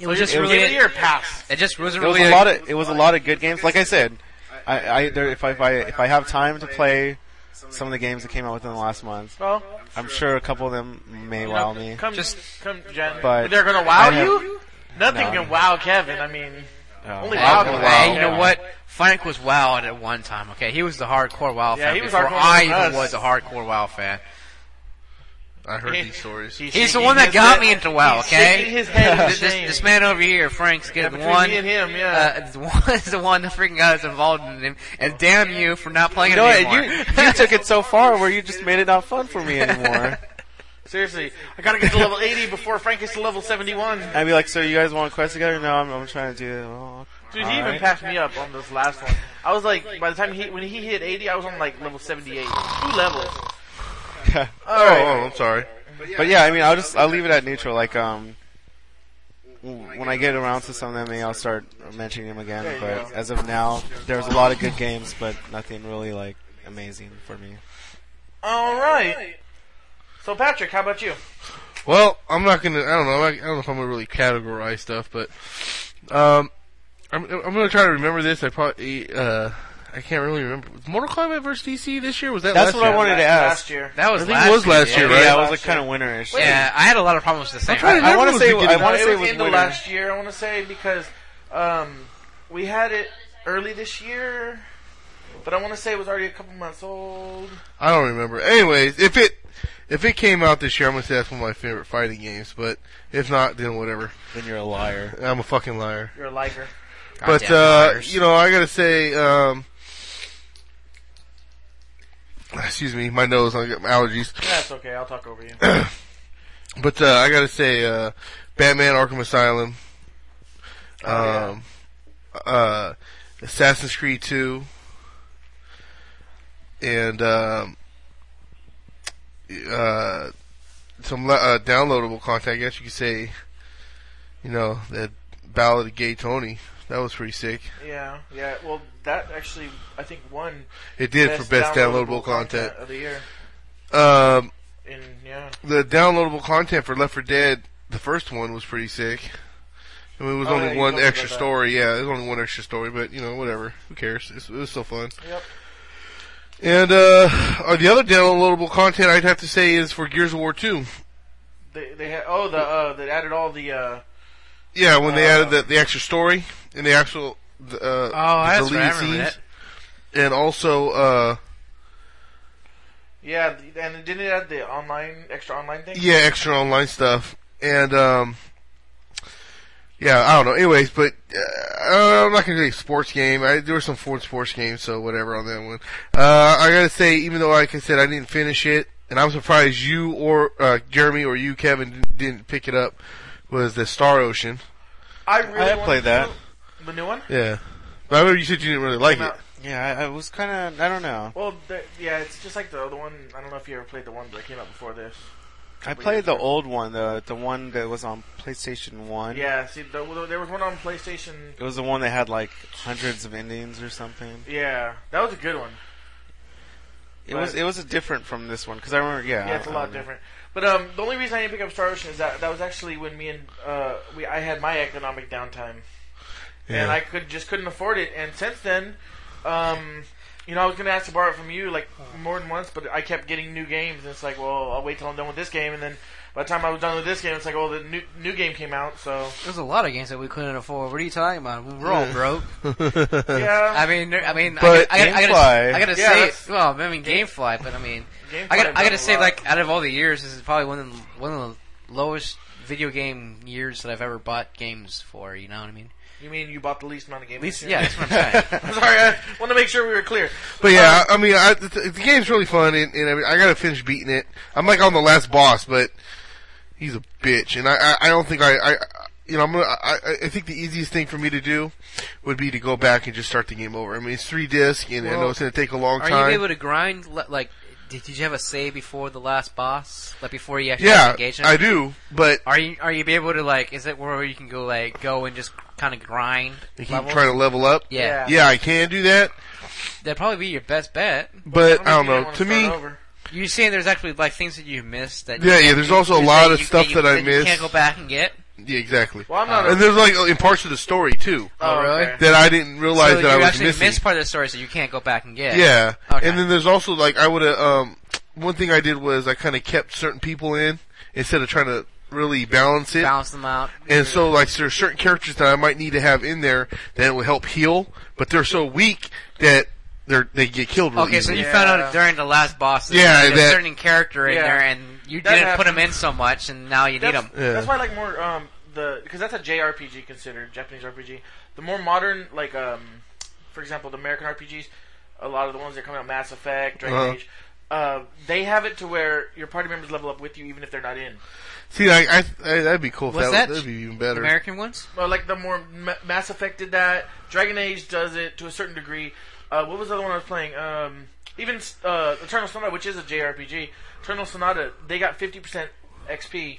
Speaker 2: It was just
Speaker 3: It was-
Speaker 1: give it
Speaker 2: really.
Speaker 1: your pass.
Speaker 2: It just wasn't
Speaker 3: It was
Speaker 2: really.
Speaker 3: a lot of. It was a lot of good games. Like I said, I, I there, if I if I if I have time to play some of the games that came out within the last month,
Speaker 1: Well,
Speaker 3: I'm sure a couple of them may
Speaker 1: you
Speaker 3: wow
Speaker 1: know,
Speaker 3: me.
Speaker 1: come,
Speaker 2: Just-
Speaker 1: come, Jen.
Speaker 3: but
Speaker 1: they're gonna wow
Speaker 3: I have-
Speaker 1: you. Nothing
Speaker 3: No.
Speaker 1: can wow Kevin. I mean,
Speaker 3: Uh,
Speaker 1: only
Speaker 2: Wow,
Speaker 1: wow.
Speaker 2: hey,
Speaker 1: can
Speaker 3: wow,
Speaker 2: you know
Speaker 3: wow.
Speaker 2: what? Frank was wowed at one time. Okay, he was the hardcore WoW
Speaker 1: Yeah,
Speaker 2: fan
Speaker 1: he was
Speaker 2: before
Speaker 1: hardcore
Speaker 2: I
Speaker 1: with
Speaker 2: even
Speaker 1: us.
Speaker 2: was a hardcore WoW fan.
Speaker 4: I heard
Speaker 3: Eh.
Speaker 1: He-
Speaker 4: these stories.
Speaker 1: He's,
Speaker 2: He's the
Speaker 1: shaking
Speaker 2: one that
Speaker 1: his
Speaker 2: got
Speaker 1: head-
Speaker 2: me into WoW.
Speaker 1: he's
Speaker 2: okay,
Speaker 1: shaking his head in
Speaker 2: this, this-
Speaker 1: shame.
Speaker 2: this man over here, Frank's
Speaker 1: Yeah,
Speaker 2: getting
Speaker 1: between
Speaker 2: one.
Speaker 1: me and him, yeah.
Speaker 2: Uh, the one is the one the freaking guy that's involved in him, and damn you for not playing
Speaker 3: You know
Speaker 2: it
Speaker 3: what?
Speaker 2: anymore.
Speaker 3: You, you took it so far where you just made it not fun for me anymore.
Speaker 1: Seriously, I gotta get to level 80 before Frank gets to level 71.
Speaker 3: I'd be like, so you guys want a quest together? No, I'm, I'm trying to do it. Oh,
Speaker 1: Dude,
Speaker 3: all
Speaker 1: he even
Speaker 3: right.
Speaker 1: passed me up on this last one. I was like, by the time he when he hit 80, I was on like level 78. Two levels.
Speaker 4: oh, oh, I'm sorry.
Speaker 3: But yeah, I mean, I'll just I'll leave it at neutral. Like um, w- when I get around to some of them, maybe I'll start mentioning them again. But as of now, there's a lot of good games, but nothing really like amazing for me.
Speaker 1: All right. So Patrick, how about you?
Speaker 4: Well, I'm not gonna. I don't know. I, I don't know if I'm gonna really categorize stuff, but um, I'm I'm gonna try to remember this. I probably uh, I can't really remember. Was Mortal Kombat versus DC this year was that?
Speaker 3: That's
Speaker 4: last
Speaker 3: what
Speaker 4: year?
Speaker 3: I wanted to ask.
Speaker 1: Last year.
Speaker 2: that was
Speaker 4: I think
Speaker 2: last
Speaker 4: it was
Speaker 2: year,
Speaker 4: last
Speaker 2: yeah.
Speaker 4: year, right?
Speaker 3: Yeah, it was like kind of winterish.
Speaker 2: Yeah, I had a lot of problems with the same.
Speaker 4: trying to
Speaker 3: I want to
Speaker 4: Everyone's
Speaker 3: say
Speaker 4: beginning
Speaker 3: I
Speaker 4: to-
Speaker 3: want to
Speaker 1: it
Speaker 3: say it
Speaker 1: was
Speaker 3: was
Speaker 1: end of
Speaker 3: winter.
Speaker 1: last year. I want to say because um, we had it early this year, but I want to say it was already a couple months old.
Speaker 4: I don't remember. Anyways, if it if it came out this year, I'm gonna say that's one of my favorite fighting games. But if not, then whatever.
Speaker 3: Then you're a liar.
Speaker 4: I'm a fucking liar.
Speaker 1: You're a liker.
Speaker 4: but uh, you know, I gotta say, um, excuse me, my nose. I got my allergies.
Speaker 1: That's okay. I'll talk over you.
Speaker 4: But uh, I gotta say, uh, Batman: Arkham Asylum, um, uh, Assassin's Creed Two, and um, uh, some le- uh, downloadable content. I guess you could say, you know, that Ballad of Gay Tony. That was pretty sick.
Speaker 1: Yeah, yeah. Well, that actually, I think won
Speaker 4: It did for best downloadable, content.
Speaker 1: of the year.
Speaker 4: Um,
Speaker 1: And yeah,
Speaker 4: the downloadable content for Left 4 Dead, the first one was pretty sick. I mean, it was
Speaker 1: Oh, yeah,
Speaker 4: only
Speaker 1: you
Speaker 4: one
Speaker 1: told me
Speaker 4: extra
Speaker 1: about that.
Speaker 4: story. Yeah, there's only one extra story, but you know, whatever. Who cares? It's, it was still fun.
Speaker 1: Yep.
Speaker 4: And uh, uh, the other downloadable content I'd have to say is for Gears of War 2.
Speaker 1: they they had oh the uh they added all the uh
Speaker 4: Yeah, when they
Speaker 1: Uh,
Speaker 4: added the, the extra story and the actual the, uh,
Speaker 2: Oh,
Speaker 4: the
Speaker 2: that's
Speaker 4: deleted
Speaker 2: right. I remember
Speaker 4: scenes. and also uh,
Speaker 1: yeah the- and didn't it add the online extra online thing?
Speaker 4: Yeah, extra online stuff. And, um, yeah, I don't know. Anyways, but, uh, I'm not gonna do a sports game. I, there were some Ford sports games, so whatever on that one. Uh, I gotta say, even though, like I said, I didn't finish it, and I'm surprised you or, uh, Jeremy or you, Kevin, didn't- didn't pick it up, was the Star Ocean.
Speaker 1: I really
Speaker 3: I
Speaker 1: wanted
Speaker 3: played
Speaker 1: to-
Speaker 3: that.
Speaker 1: the new one.
Speaker 4: Yeah. But I remember you said you didn't really like it.
Speaker 1: Now-
Speaker 3: Yeah, I, I was kind of I don't know.
Speaker 1: Well, the, yeah, it's just like the other one. I don't know if you ever played the one that came out before this.
Speaker 3: I played the old one, the the one that was on PlayStation One.
Speaker 1: Yeah, see, the, well, there was one on PlayStation.
Speaker 3: It was the one that had like hundreds of endings or something.
Speaker 1: Yeah, that was a good one.
Speaker 3: It was it was different from this one because I remember. Yeah,
Speaker 1: Yeah, it's a
Speaker 3: I- I
Speaker 1: lot
Speaker 3: remember.
Speaker 1: different. But um, the only reason I didn't pick up Star Ocean is that that was actually when me and uh, we I had my economic downtime, and
Speaker 4: Yeah.
Speaker 1: I could just couldn't afford it. And since then, um, you know, I was gonna ask to borrow it from you like more than once, but I kept getting new games, and it's like, well, I'll wait till I'm done with this game, and then by the time I was done with this game, it's like, oh, the new new game came out, so
Speaker 2: There's a lot of games that we couldn't afford. What are you talking about? We were all broke.
Speaker 1: yeah,
Speaker 2: I mean, there- I mean,
Speaker 3: But
Speaker 2: I, gotta- I, gotta-
Speaker 3: Gamefly-
Speaker 2: I gotta, I gotta
Speaker 1: Yeah, that's-
Speaker 2: say, well, I mean, GameFly, but I mean,
Speaker 1: Gamefly
Speaker 2: I gotta, I
Speaker 1: done a
Speaker 2: gotta say,
Speaker 1: lot.
Speaker 2: like, out of all the years, this is probably one of the, one of the lowest video game years that I've ever bought games for. You know what I mean?
Speaker 1: you mean you bought the least amount of games?
Speaker 2: At least,
Speaker 1: this
Speaker 2: yeah,
Speaker 1: year?
Speaker 2: that's what I'm saying.
Speaker 1: I'm sorry, I want to make sure we were clear.
Speaker 4: But yeah, I I mean, I, the, the game's really fun, and, and I, mean, I gotta finish beating it. I'm like on the last boss, but He's a bitch, and I, I, I don't think I, I, I- you know, I'm gonna, I, I- I think the easiest thing for me to do would be to go back and just start the game over. I mean, it's three disc, and I know
Speaker 2: Well,
Speaker 4: it's gonna take a long
Speaker 2: Are
Speaker 4: time.
Speaker 2: you able to grind? li- Like, did, did you have a save before the last boss? Like before you actually
Speaker 4: yeah,
Speaker 2: engage him?
Speaker 4: I do, but
Speaker 2: Are you are you be able to like? Is it where you can go like go and just kind of grind?
Speaker 4: I keep
Speaker 2: levels?
Speaker 4: trying to level up.
Speaker 2: yeah.
Speaker 1: Yeah.
Speaker 4: yeah, I can do that,
Speaker 2: that'd probably be your best bet.
Speaker 4: but I
Speaker 1: Maybe you
Speaker 4: don't know.
Speaker 1: wanna
Speaker 4: To
Speaker 1: start
Speaker 4: me,
Speaker 1: over.
Speaker 2: You're saying there's actually like things that you missed that
Speaker 4: yeah, yeah. There's also a
Speaker 2: that
Speaker 4: lot of
Speaker 2: you-
Speaker 4: stuff
Speaker 2: you-
Speaker 4: that I
Speaker 2: you
Speaker 4: missed.
Speaker 2: can't go back and get.
Speaker 4: Yeah, exactly.
Speaker 1: Well, I'm not a-
Speaker 4: and there's like in parts of the story too
Speaker 1: Oh, really? okay.
Speaker 4: that I didn't realize
Speaker 2: so
Speaker 4: that I
Speaker 2: you
Speaker 4: was
Speaker 2: actually
Speaker 4: missing.
Speaker 2: missed part of the story, so you can't go back and get.
Speaker 4: yeah,
Speaker 2: Okay.
Speaker 4: and then there's also like I would have um one thing I did was I kind of kept certain people in instead of trying to really balance it.
Speaker 2: balance them out.
Speaker 4: And so like there's certain characters that I might need to have in there that will help heal, but they're so weak that they're they get killed. Really
Speaker 2: Okay, so
Speaker 4: easily.
Speaker 2: you
Speaker 1: Yeah.
Speaker 2: found out during the last boss. that
Speaker 4: Yeah,
Speaker 2: there's
Speaker 4: that-
Speaker 2: a certain character in
Speaker 1: Yeah.
Speaker 2: there, and you
Speaker 1: That
Speaker 2: didn't put him in so much, and now you need
Speaker 1: That's,
Speaker 2: him.
Speaker 4: Yeah.
Speaker 1: that's why I like more um the because that's a JRPG considered Japanese RPG. The more modern, like um, for example, the American RPGs, a lot of the ones that come out, Mass Effect, Dragon
Speaker 4: Uh-huh.
Speaker 1: Age, uh, they have it to where your party members level up with you even if they're not in.
Speaker 4: see, I, I, I that'd be cool. If
Speaker 2: What's
Speaker 4: that,
Speaker 2: that?
Speaker 4: That'd be even better.
Speaker 2: American ones.
Speaker 1: Well, like the more Ma- Mass Effect did that. Dragon Age does it to a certain degree. Uh, what was the other one I was playing? Um, even uh, Eternal Sonata, which is a JRPG, Eternal Sonata, they got fifty percent XP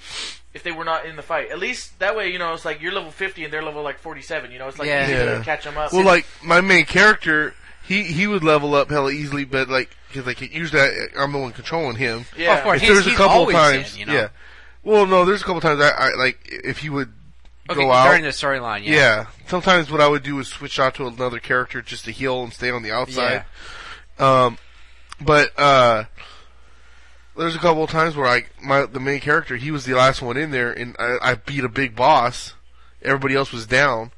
Speaker 1: if they were not in the fight. At least that way, you know, it's like you're level fifty and they're level like forty-seven. You know, it's like
Speaker 2: Yeah.
Speaker 1: easy to
Speaker 4: Yeah.
Speaker 1: catch them up.
Speaker 4: Well, like my main character, he he would level up hella easily, but like because like usually I, I'm the one controlling him.
Speaker 1: yeah,
Speaker 2: of course.
Speaker 4: If there's
Speaker 2: He's-
Speaker 4: a couple
Speaker 2: he's always
Speaker 4: times,
Speaker 2: in, you know?
Speaker 4: yeah. Well, no, there's a couple times I, I like if he would
Speaker 2: Okay,
Speaker 4: go out.
Speaker 2: during the storyline.
Speaker 4: yeah. sometimes what I would do is switch out to another character just to heal and stay on the outside. Um, but uh, there's a couple of times where I my the main character he was the last one in there, and I, I beat a big boss. Everybody else was down,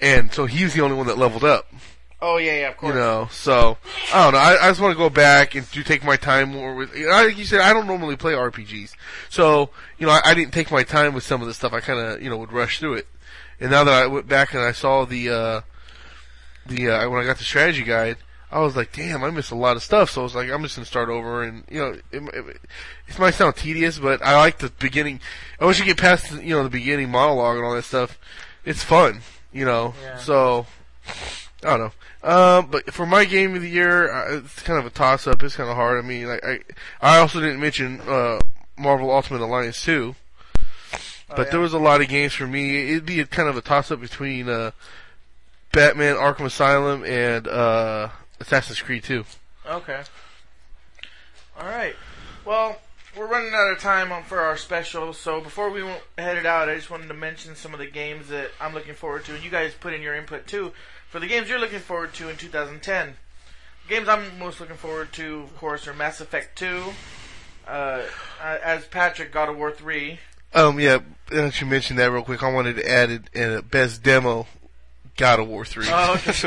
Speaker 4: and so he was the only one that leveled up.
Speaker 1: oh yeah, yeah, of course.
Speaker 4: You know, so I don't know. I, I just want to go back and do take my time more with. you know, Like you said, I don't normally play RPGs, so you know, I, I didn't take my time with some of the stuff. I kind of you know would rush through it, and now that I went back and I saw the uh the uh, when I got the strategy guide. I was like, damn, I missed a lot of stuff. So I was like, I'm just gonna start over, and you know, it, mi- it, it might sound tedious, but I like the beginning. I once you get past, you know, the beginning monologue and all that stuff, it's fun, you know. So I don't know. Um, but for my game of the year, uh, it's kind of a toss up. It's kind of hard. I mean, like I, I also didn't mention uh, Marvel Ultimate Alliance two,
Speaker 1: Oh,
Speaker 4: but there was a lot of games for me. It'd be a, kind of a toss up between uh, Batman Arkham Asylum and uh, Assassin's Creed two.
Speaker 1: Okay. All right. Well, we're running out of time on, for our special, so before we w- headed out, I just wanted to mention some of the games that I'm looking forward to, and you guys put in your input too for the games you're looking forward to in 2010. Games I'm most looking forward to, of course, are Mass Effect 2. Uh, uh, as Patrick, God of War 3.
Speaker 4: Um, yeah, now that you mentioned that real quick, I wanted to add it in a best demo, God of War three.
Speaker 1: Oh, okay.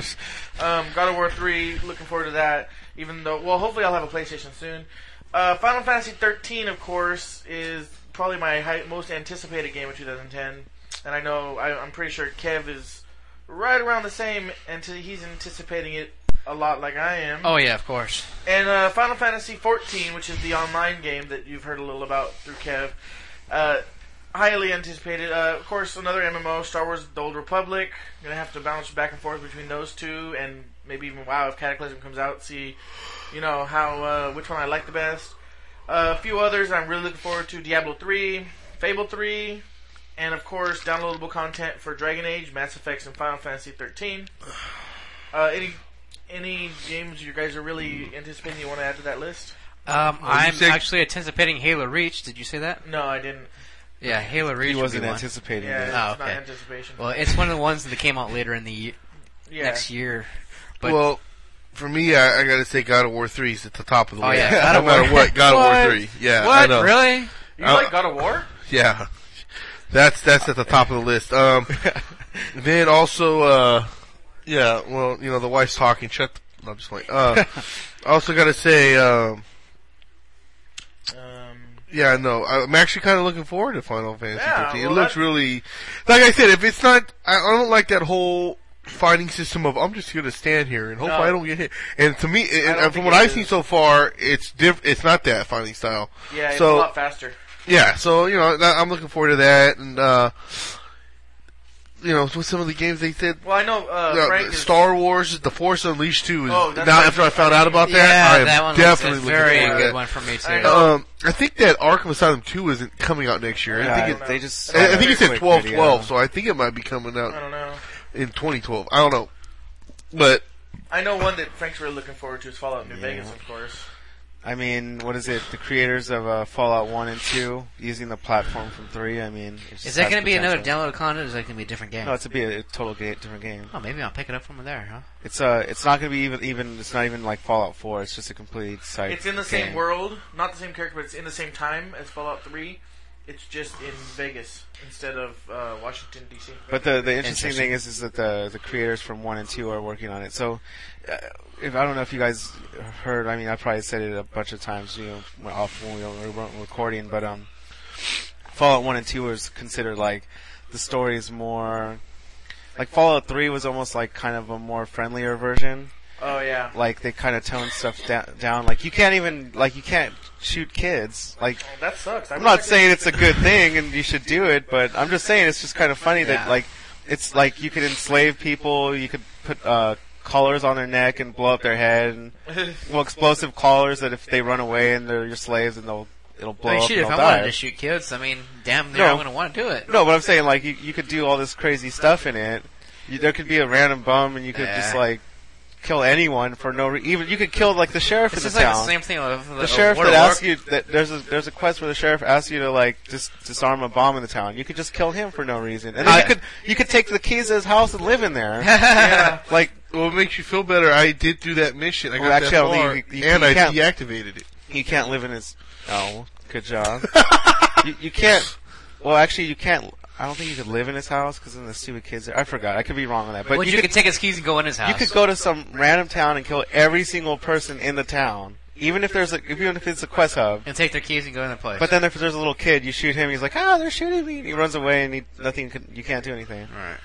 Speaker 1: Um, God of War 3, looking forward to that. Even though, well, hopefully I'll have a PlayStation soon. Uh, Final Fantasy 13, of course, is probably my high, most anticipated game of 2010. And I know, I, I'm pretty sure Kev is right around the same, and t- he's anticipating it a lot like I am.
Speaker 2: Oh yeah, of course.
Speaker 1: And uh, Final Fantasy XIV, which is the online game that you've heard a little about through Kev, uh, highly anticipated. Uh, of course, another MMO, Star Wars: The Old Republic. gonna have to bounce back and forth between those two, and maybe even WoW if Cataclysm comes out. See, you know how uh, which one I like the best. Uh, a few others I'm really looking forward to: Diablo 3, Fable 3, and of course, downloadable content for Dragon Age, Mass Effects, and Final Fantasy 13. Uh, any any games you guys are really anticipating you want to add to that list?
Speaker 2: Um, I'm
Speaker 4: said-
Speaker 2: actually anticipating Halo Reach. Did you say that?
Speaker 1: No, I didn't.
Speaker 2: Yeah, Halo Reach.
Speaker 3: He
Speaker 2: would
Speaker 3: wasn't
Speaker 2: be one.
Speaker 3: anticipating
Speaker 1: Yeah,
Speaker 3: that.
Speaker 2: Oh,
Speaker 1: it's not
Speaker 2: okay.
Speaker 1: anticipation.
Speaker 2: Well, it's one of the ones that came out later in the ye-
Speaker 1: yeah.
Speaker 2: next year. But
Speaker 4: well, for me, I, I gotta say God of War three is at the top of the
Speaker 2: Oh,
Speaker 4: list.
Speaker 2: yeah, God
Speaker 4: no
Speaker 2: of War.
Speaker 4: matter what, God
Speaker 2: What?
Speaker 4: of War three. Yeah, I
Speaker 2: what
Speaker 4: know.
Speaker 2: really?
Speaker 1: You
Speaker 4: Uh,
Speaker 1: like God of War?
Speaker 4: Yeah, that's that's at the top of the list. Um, then also, uh, yeah, well, you know, the wife's talking. Shut. The, no, I'm just playing. Uh, also, gotta say, um,
Speaker 1: Um,
Speaker 4: yeah, no, I'm actually kind of looking forward to Final Fantasy.
Speaker 1: Yeah,
Speaker 4: 15.
Speaker 1: well,
Speaker 4: it looks
Speaker 1: that-
Speaker 4: really, like I said, if it's not, I, I don't like that whole fighting system of I'm just gonna stand here and hope
Speaker 1: No.
Speaker 4: I don't get hit. And to me,
Speaker 1: don't
Speaker 4: and from
Speaker 1: think
Speaker 4: what
Speaker 1: it
Speaker 4: I've
Speaker 1: is.
Speaker 4: seen so far, it's diff. It's not that fighting style.
Speaker 1: yeah, it's a
Speaker 4: so
Speaker 1: lot faster.
Speaker 4: yeah, so you know, that, I'm looking forward to that, and uh, you know, with some of the games they did.
Speaker 1: Well, I know uh,
Speaker 4: Yeah,
Speaker 1: Frank is
Speaker 4: Star Wars: The Force Unleashed Two is
Speaker 1: Oh,
Speaker 4: now
Speaker 1: that's right.
Speaker 4: after I found out about that. I
Speaker 2: yeah,
Speaker 4: am
Speaker 2: that one
Speaker 4: definitely
Speaker 2: was a
Speaker 4: looking
Speaker 2: very
Speaker 4: forward to
Speaker 2: good
Speaker 4: that.
Speaker 2: one for me
Speaker 1: I
Speaker 2: too.
Speaker 1: know.
Speaker 4: Um, I think that Arkham Asylum Two isn't coming out next year. I think
Speaker 1: don't
Speaker 4: it,
Speaker 1: know.
Speaker 3: they just.
Speaker 4: I, I think it's at
Speaker 3: Quick
Speaker 4: twelve
Speaker 3: video.
Speaker 4: twelve, so I think it might be coming
Speaker 1: I
Speaker 4: out
Speaker 1: don't know.
Speaker 4: in twenty twelve. I don't know, but
Speaker 1: I know one that Frank's really looking forward to is Fallout New Vegas, of course.
Speaker 3: I mean, what is it? The creators of uh, Fallout One and Two using the platform from Three. I mean, it just
Speaker 2: is that
Speaker 3: has
Speaker 2: going to be another
Speaker 3: potential.
Speaker 2: download content? Or is that going to be a different game?
Speaker 3: No, it's a be a, a total ga- different game.
Speaker 2: oh, maybe I'll pick it up from there, huh?
Speaker 3: It's uh, it's not going to be even even. It's not even like Fallout Four. It's just a complete site.
Speaker 1: It's in the same
Speaker 3: game.
Speaker 1: world, not the same character, but it's in the same time as Fallout 3. It's just in Vegas instead of uh, Washington D.C.
Speaker 3: But the the interesting,
Speaker 2: Interesting.
Speaker 3: thing is is that the the creators from one and two are working on it. So, uh, if I don't know if you guys heard, I mean, I probably said it a bunch of times, you know, when- off when we weren't- weren't recording, but um, Fallout one and two was considered like the story is more like Fallout three was almost like kind of a more friendlier version.
Speaker 1: Oh yeah.
Speaker 3: Like they kind of toned stuff down, down. Like you can't even like you can't shoot kids. Like
Speaker 1: Well, that sucks. I
Speaker 3: I'm
Speaker 1: wish I
Speaker 3: not
Speaker 1: could-
Speaker 3: saying it's a good thing and you should do it, but I'm just saying it's just kind of funny that
Speaker 2: Yeah.
Speaker 3: like it's like you could enslave people, you could put uh collars on their neck and blow up their head and well explosive collars that if they run away and they're your slaves and they'll it'll blow
Speaker 2: I mean,
Speaker 3: up
Speaker 2: shoot,
Speaker 3: and
Speaker 2: if I
Speaker 3: they'll
Speaker 2: wanted
Speaker 3: die.
Speaker 2: to shoot kids, I mean, damn near
Speaker 3: No.
Speaker 2: I'm going to want to do it.
Speaker 3: no, but I'm saying like you you could do all this crazy stuff in it. You, there could be a random bum and you could
Speaker 2: Yeah.
Speaker 3: just like kill anyone for no re- even you could kill like the sheriff
Speaker 2: It's
Speaker 3: in
Speaker 2: just
Speaker 3: the
Speaker 2: like
Speaker 3: town
Speaker 2: the same thing with
Speaker 3: the sheriff
Speaker 2: World
Speaker 3: that
Speaker 2: of
Speaker 3: asks
Speaker 2: Warcraft.
Speaker 3: you that there's a there's a quest where the sheriff asks you to like just disarm a bomb in the town. You could just kill him for no reason, and then
Speaker 2: I-
Speaker 3: you could you could take the keys to his house and live in there.
Speaker 1: Yeah.
Speaker 3: like
Speaker 4: well, it makes you feel better. I did do that mission. I got
Speaker 3: Well, actually,
Speaker 4: that
Speaker 3: I'll
Speaker 4: far,
Speaker 3: leave. You- you
Speaker 4: and I
Speaker 3: can't-
Speaker 4: deactivated it.
Speaker 3: you can't live in his. Oh, good job. you, you can't. Well, actually, you can't. I don't think you could live in his house because then the stupid kids. Are, I forgot. I could be wrong on that, but
Speaker 2: Well,
Speaker 3: you,
Speaker 2: you, could, take his keys and go in his house.
Speaker 3: you could go to some random town and kill every single person in the town, even if there's a, even if it's a quest hub.
Speaker 2: and take their keys and go in the place.
Speaker 3: But then if there's a little kid, you shoot him. He's like, ah, they're shooting me. And he runs away, and he, nothing. Can, you can't do anything.
Speaker 2: Alright.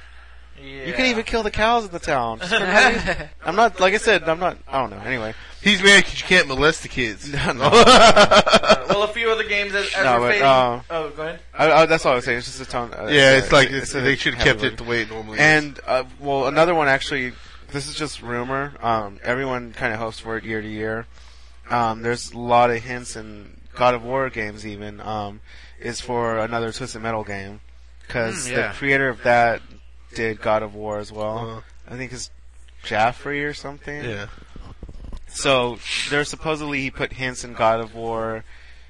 Speaker 1: Yeah.
Speaker 3: You can even kill the cows in the town. Just for no reason. I'm not. Like I said, I'm not. I don't know. Anyway,
Speaker 4: He's mad because you can't molest the kids.
Speaker 3: no, no.
Speaker 1: Uh, well, a few other games as, as
Speaker 3: No,
Speaker 1: we're
Speaker 3: but,
Speaker 1: fading-
Speaker 3: uh,
Speaker 1: oh, go ahead.
Speaker 3: I, I, that's all I was saying. It's just a tone. Uh,
Speaker 4: yeah,
Speaker 3: a-
Speaker 4: it's like it's,
Speaker 3: a
Speaker 4: they should have kept
Speaker 3: heavy-
Speaker 4: it the way it normally is.
Speaker 3: And uh, well, another one actually. This is just rumor. Um, everyone kind of hopes for it year to year. Um, there's a lot of hints in God of War games, even um, is for another Twisted Metal game because
Speaker 4: Hmm,
Speaker 2: Mm, yeah.
Speaker 3: the creator of that did God of War as well.
Speaker 4: Uh-huh.
Speaker 3: I think it's Jaffrey or something.
Speaker 4: yeah,
Speaker 3: So there's supposedly he put hints in God of War.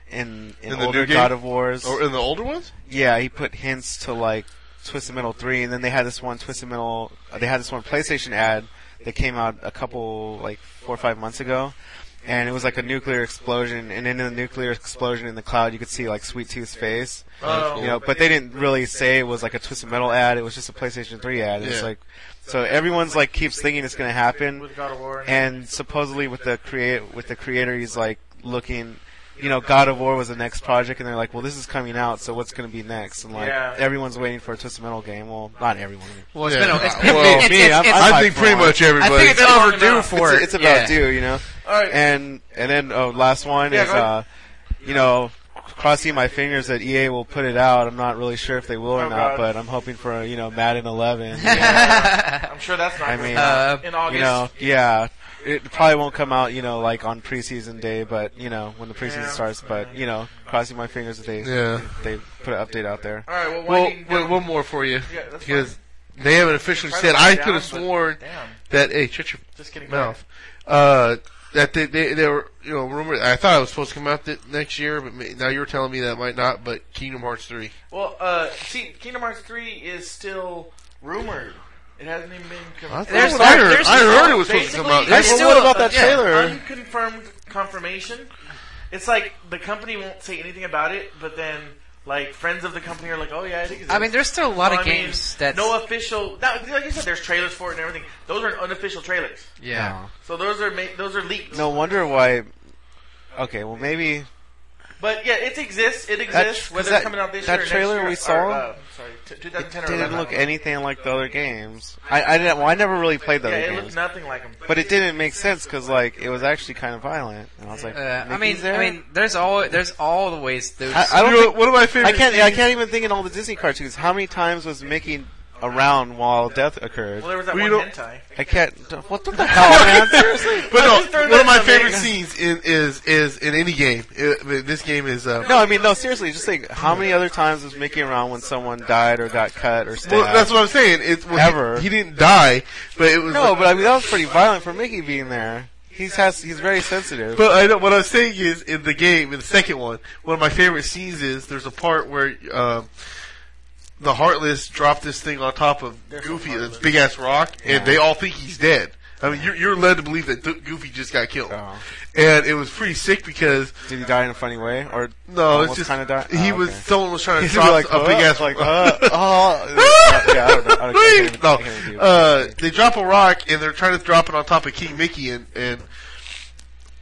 Speaker 3: In, in,
Speaker 4: In the
Speaker 3: older
Speaker 4: new game? Oh,
Speaker 3: God of Wars,
Speaker 4: or in the older ones.
Speaker 3: yeah, he put hints to like Twisted Metal 3, and then they had this one Twisted Metal, uh, they had this one PlayStation ad that came out a couple, like four or five months ago, and it was like a nuclear explosion, and in the nuclear explosion in the cloud, you could see like Sweet Tooth's face.
Speaker 1: Oh.
Speaker 3: You know, but they didn't really say it was like a Twisted Metal ad, it was just a PlayStation 3 ad. It's
Speaker 4: Yeah.
Speaker 3: like, so everyone's like keeps thinking it's gonna happen,
Speaker 1: with God of War.
Speaker 3: and supposedly with the create with the creator, he's like looking. You know, God of War was the next project, and they're like, "Well, this is coming out, so what's going to be next?" And like,
Speaker 1: Yeah.
Speaker 3: everyone's waiting for a Twisted Metal game. Well, not everyone.
Speaker 2: well, it's
Speaker 4: Yeah.
Speaker 2: been a, it's
Speaker 4: Uh,
Speaker 2: been,
Speaker 4: well,
Speaker 2: it's-
Speaker 3: me,
Speaker 2: it's-
Speaker 3: I'm-
Speaker 2: it's-
Speaker 3: I'm-
Speaker 4: I
Speaker 3: like
Speaker 4: think
Speaker 3: for
Speaker 4: pretty
Speaker 3: one.
Speaker 4: much
Speaker 2: I
Speaker 4: everybody.
Speaker 2: think it's
Speaker 1: It's-
Speaker 2: overdue
Speaker 1: it's-
Speaker 2: for
Speaker 3: It's,
Speaker 2: it.
Speaker 3: it's
Speaker 2: Yeah.
Speaker 3: about due, you know.
Speaker 1: All right.
Speaker 3: And and then oh, last one
Speaker 1: Yeah,
Speaker 3: is
Speaker 1: go ahead.
Speaker 3: uh, you know, crossing my fingers that EA will put it out. I'm not really sure if they will or
Speaker 1: Oh, God.
Speaker 3: not, but I'm hoping for you know Madden 11.
Speaker 1: I'm sure that's not.
Speaker 3: I
Speaker 1: gonna
Speaker 3: mean,
Speaker 1: happen
Speaker 2: uh,
Speaker 1: in August.
Speaker 3: You know, yeah. It probably won't come out, you know, like on preseason day, but you know, when the preseason
Speaker 1: Yeah.
Speaker 3: starts. But you know, crossing my fingers that they
Speaker 4: Yeah.
Speaker 3: they put an update out there.
Speaker 1: All right. Well,
Speaker 4: Well,
Speaker 1: winding
Speaker 4: wait,
Speaker 1: down-
Speaker 4: one more for you
Speaker 1: Yeah, that's
Speaker 4: because they haven't officially said. I could have sworn
Speaker 1: Damn.
Speaker 4: that. Hey, shut your
Speaker 1: Just kidding.
Speaker 4: mouth. Uh, that they, they they were you know rumored. I thought it was supposed to come out th- next year, but ma- now you're telling me that it might not. But Kingdom Hearts three.
Speaker 1: Well, uh, see, Kingdom Hearts 3 is still rumored. It hasn't even been confirmed.
Speaker 2: There's-
Speaker 4: I heard,
Speaker 2: there's-
Speaker 4: I heard it was supposed to
Speaker 1: basically-
Speaker 4: come
Speaker 2: there's
Speaker 4: out. next-
Speaker 3: Well,
Speaker 2: still
Speaker 3: what
Speaker 2: a-
Speaker 3: about that
Speaker 2: yeah.
Speaker 3: trailer?
Speaker 1: unconfirmed confirmation. It's like the company won't say anything about it, but then like friends of the company are like, "Oh yeah, it exists."
Speaker 2: I mean, there's still a lot
Speaker 1: So,
Speaker 2: of
Speaker 1: I mean,
Speaker 2: games that's
Speaker 1: no official. Now, like you said, there's trailers for it and everything. Those are unofficial trailers,
Speaker 2: yeah.
Speaker 1: so those are ma- those are leaked.
Speaker 3: No wonder why. Okay, well maybe
Speaker 1: But yeah, it exists. It
Speaker 3: That-
Speaker 1: exists.
Speaker 3: 'cause
Speaker 1: whether
Speaker 3: that-
Speaker 1: it's coming out this
Speaker 3: that
Speaker 1: year, or
Speaker 3: trailer
Speaker 1: next year,
Speaker 3: we
Speaker 1: or,
Speaker 3: saw,
Speaker 1: uh, sorry, t- 2010 or
Speaker 3: didn't
Speaker 1: 11,
Speaker 3: look
Speaker 1: I don't know.
Speaker 3: anything like the other games. I, I didn't. Well, I never really played the
Speaker 1: Yeah,
Speaker 3: other
Speaker 1: it
Speaker 3: games,
Speaker 1: looked nothing like them.
Speaker 3: but it didn't make sense because like it was actually kind of violent, and I was like,
Speaker 2: Uh, I mean,
Speaker 3: Mickey's there?
Speaker 2: I mean, there's all there's all the ways. There's
Speaker 3: I, I don't.
Speaker 4: You know,
Speaker 3: think-
Speaker 4: one of my favorite.
Speaker 3: I can't. I can't even think in all the Disney cartoons. How many times was Mickey around while death occurred?
Speaker 1: Well, there was that
Speaker 4: We
Speaker 1: one
Speaker 4: don't-
Speaker 1: hentai.
Speaker 3: I can't. don't- What the hell, man? Seriously?
Speaker 4: But
Speaker 1: I'm just
Speaker 4: no,
Speaker 1: throwing
Speaker 4: one
Speaker 1: that
Speaker 4: of my
Speaker 1: out there.
Speaker 4: favorite scenes in, is is in any game. I- I mean, this game is. Uh,
Speaker 3: No, I mean, no, seriously, just think, how many other times was Mickey around when someone died or got cut or stabbed?
Speaker 4: well, that's what I'm saying. It's well, he-
Speaker 3: Ever.
Speaker 4: He, didn't die, but it was.
Speaker 3: no,
Speaker 4: like-
Speaker 3: but I mean, that was pretty violent for Mickey being there. He's has, he's very sensitive.
Speaker 4: But I know what I was saying is in the game, in the second one, one of my favorite scenes is there's a part where um, the Heartless drop this thing on top of Goofy, this big ass rock, and they all think he's dead. I mean, you're, you're led to believe that Th- Goofy just got killed,
Speaker 3: Oh.
Speaker 4: and it was pretty sick because
Speaker 3: Did he die in a funny way? Or
Speaker 4: no, it's
Speaker 3: almost
Speaker 4: just
Speaker 3: kinda die?
Speaker 4: he
Speaker 3: Oh,
Speaker 4: was
Speaker 3: okay.
Speaker 4: someone was trying to
Speaker 3: He'd
Speaker 4: drop
Speaker 3: be like,
Speaker 4: a big ass
Speaker 3: like,
Speaker 4: like.
Speaker 3: uh, oh, yeah, I don't know. I don't- I can't even- I can't even do
Speaker 4: no,
Speaker 3: it.
Speaker 4: uh, they drop a rock and they're trying to drop it on top of King Mickey and and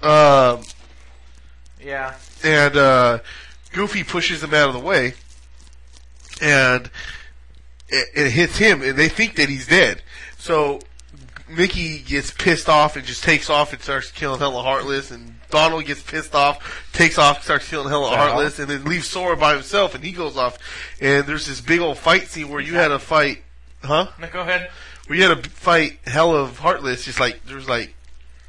Speaker 4: um,
Speaker 1: Yeah.
Speaker 4: and uh, Goofy pushes him out of the way, and it, it hits him, and they think that he's dead. So Mickey gets pissed off and just takes off and starts killing hella heartless, and Donald gets pissed off, takes off, starts killing hella
Speaker 3: Wow.
Speaker 4: heartless, and then leaves Sora by himself, and he goes off, and there's this big old fight scene where you had a fight, huh?
Speaker 1: No, go ahead.
Speaker 4: We had a b- fight hell of heartless, just like there's like.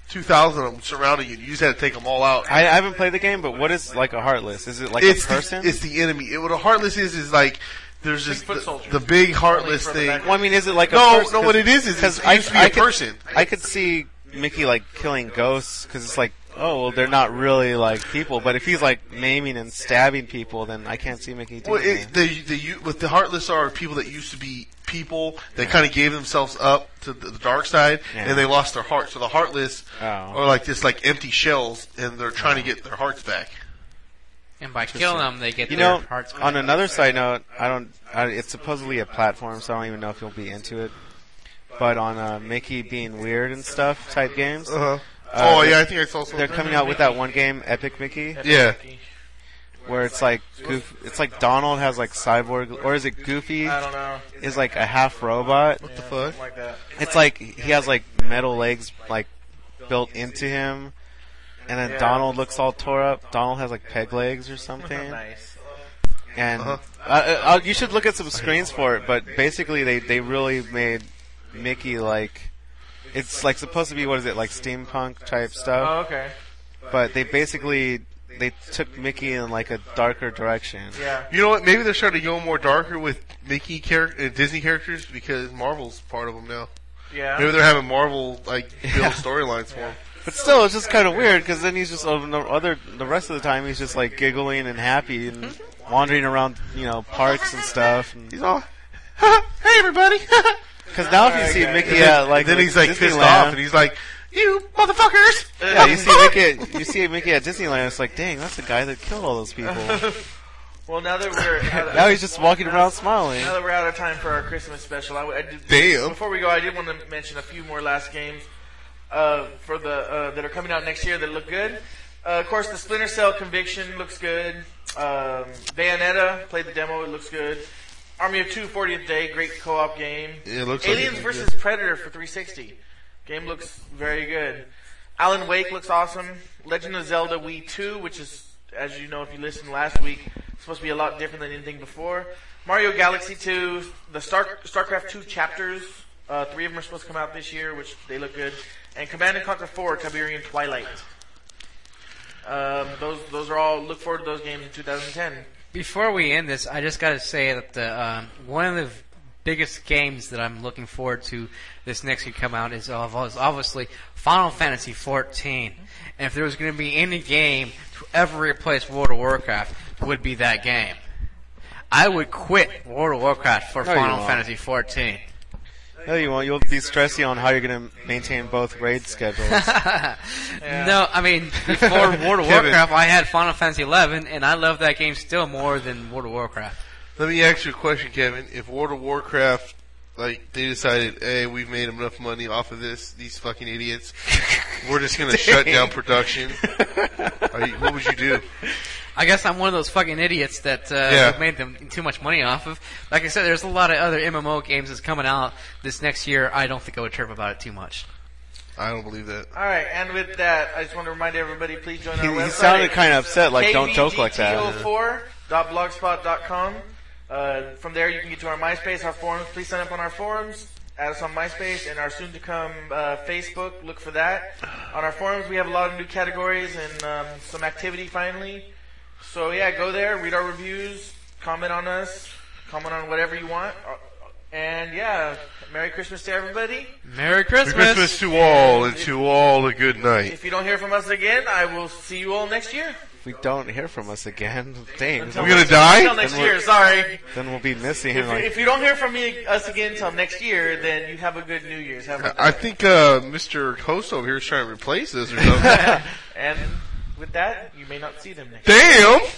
Speaker 4: 2,000 of them surrounding you. You just had to take them all out
Speaker 3: I, I haven't played the game, but what is like a heartless? Is it like
Speaker 4: it's
Speaker 3: a person?
Speaker 4: The, it's the enemy. It, what a heartless is is like there's this
Speaker 1: foot
Speaker 4: the,
Speaker 1: soldier.
Speaker 4: the big heartless
Speaker 1: Like from the
Speaker 4: thing.
Speaker 1: back.
Speaker 3: well, I mean, is it like a
Speaker 4: No,
Speaker 3: person?
Speaker 4: no. What it is is
Speaker 3: because
Speaker 4: it's-
Speaker 3: I-
Speaker 4: it used to be
Speaker 3: I
Speaker 4: a
Speaker 3: could-
Speaker 4: person.
Speaker 3: I could see Mickey like killing ghosts because it's like, oh, well, they're not really like people. But if he's like maiming and stabbing people, then I can't see Mickey doing
Speaker 4: Well,
Speaker 3: that.
Speaker 4: it, the, the, you, what the heartless are people that used to be people that kind of gave themselves up to the, the dark side
Speaker 3: Yeah.
Speaker 4: and they lost their heart. So the heartless
Speaker 3: Oh.
Speaker 4: are like just like empty shells and they're trying to get their hearts back.
Speaker 2: and by killing them, they get
Speaker 3: You
Speaker 2: their
Speaker 3: know,
Speaker 2: hearts.
Speaker 3: on another side note, I don't. I, it's supposedly a platform, so I don't even know if you'll be into it. But on uh, Mickey being weird and stuff type games,
Speaker 4: Uh-huh.
Speaker 3: Uh,
Speaker 4: oh
Speaker 3: they-
Speaker 4: yeah, I think I saw
Speaker 3: they're
Speaker 4: something.
Speaker 3: coming out with that one game, Epic Mickey,
Speaker 4: Yeah.
Speaker 3: where it's like goof. It's like Donald has like cyborg, or is it Goofy?
Speaker 1: I don't know.
Speaker 3: Is like a half robot.
Speaker 4: What the
Speaker 1: Yeah,
Speaker 4: fuck?
Speaker 1: something like that.
Speaker 3: It's like he has like metal legs like built into him, and then
Speaker 1: Yeah.
Speaker 3: Donald looks all tore up. Donald has like peg legs or something.
Speaker 1: nice.
Speaker 3: And
Speaker 4: Uh-huh.
Speaker 3: uh, uh, uh, you should look at some screens for it. But basically, they they really made Mickey like it's like supposed to be what is it like steampunk type
Speaker 1: Oh,
Speaker 3: stuff,
Speaker 1: okay.
Speaker 3: but they basically they took Mickey in like a darker direction.
Speaker 1: Yeah.
Speaker 4: You know what? Maybe they're starting to go more darker with Mickey character, uh, Disney characters because Marvel's part of them now. Maybe
Speaker 1: Yeah.
Speaker 4: they're having Marvel like build storylines for them.
Speaker 3: But still, it's just kind of weird because then he's just over the other the rest of the time he's just like giggling and happy and wandering around you know parks and stuff. And,
Speaker 4: He's all, hey everybody.
Speaker 3: Cause now if you see Mickey at like
Speaker 4: then he's like pissed off, and he's like, "You motherfuckers!"
Speaker 1: Uh,
Speaker 3: yeah, you see Mickey, you see Mickey at Disneyland. It's like, dang, that's the guy that killed all those people.
Speaker 1: Well, now that we're out of,
Speaker 3: Now he's just walking around smiling.
Speaker 1: now that we're out of time for our Christmas special, I, w- I did,
Speaker 4: Damn.
Speaker 1: Before we go, I did want to mention a few more last games uh, for the uh, that are coming out next year that look good. Uh, of course, the Splinter Cell Conviction looks good. Um, Bayonetta played the demo; it looks good. Army of Two, 40th Day, great co-op game.
Speaker 4: It looks like
Speaker 1: Aliens
Speaker 4: it's
Speaker 1: versus Predator for 360. Game looks very good. Alan Wake looks awesome. Legend of Zelda Wii 2, which is, as you know, if you listened last week, supposed to be a lot different than anything before. Mario Galaxy 2, the Star- StarCraft 2 chapters, uh, three of them are supposed to come out this year, which they look good. And Command and Conquer 4, Tiberian Twilight. Um, those those are all. Look forward to those games in 2010.
Speaker 2: Before we end this, I just got to say that the um, one of the biggest games that I'm looking forward to this next year come out is ob- is obviously Final Fantasy 14. And if there was going to be any game to ever replace World of Warcraft, it would be that game. I would quit World of Warcraft for
Speaker 3: No, you
Speaker 2: Final
Speaker 3: won't.
Speaker 2: Fantasy 14.
Speaker 3: No, you won't. You'll be stressy on how you're going to maintain both raid schedules.
Speaker 2: No, I mean before World of
Speaker 3: Kevin.
Speaker 2: Warcraft, I had Final Fantasy 11, and I love that game still more than World of Warcraft.
Speaker 4: Let me ask you a question, Kevin. If World of Warcraft, like they decided, hey, we've made enough money off of this, these fucking idiots, we're just gonna shut down production. Are you, what would you do?
Speaker 2: I guess I'm one of those fucking idiots that uh,
Speaker 4: Yeah.
Speaker 2: who made them too much money off of. Like I said, there's a lot of other MMO games that's coming out this next year. I don't think I would chirp about it too much.
Speaker 4: I don't believe that.
Speaker 1: All right, and with that, I just want to remind everybody, please join our
Speaker 3: He- he
Speaker 1: website.
Speaker 3: sounded kinda upset, like, don't joke like that.
Speaker 1: kvgto4.blogspot.com. Uh, from there, you can get to our MySpace, our forums. Please sign up on our forums. Add us on MySpace and our soon-to-come uh, Facebook. Look for that. On our forums, we have a lot of new categories and um, some activity finally. So yeah, go there, read our reviews, comment on us, comment on whatever you want, Uh, and yeah, Merry Christmas to everybody.
Speaker 2: Merry
Speaker 4: Merry
Speaker 2: Christmas.
Speaker 4: Christmas to all and to all a good night.
Speaker 1: If you don't hear from us again, I will see you all next year.
Speaker 3: If we don't hear from us again, dang,
Speaker 4: We're gonna die?
Speaker 1: Until next
Speaker 3: Then we're-
Speaker 1: year, sorry.
Speaker 3: then we'll be missing
Speaker 1: If,
Speaker 3: him.
Speaker 1: you-
Speaker 3: Like,
Speaker 1: if you don't hear from me, us again till next year, then you have a good New Year's. Have a good
Speaker 4: I think uh, Mr. Host over here is trying to replace us or something.
Speaker 1: And with that, you may not see them next year.
Speaker 4: Damn!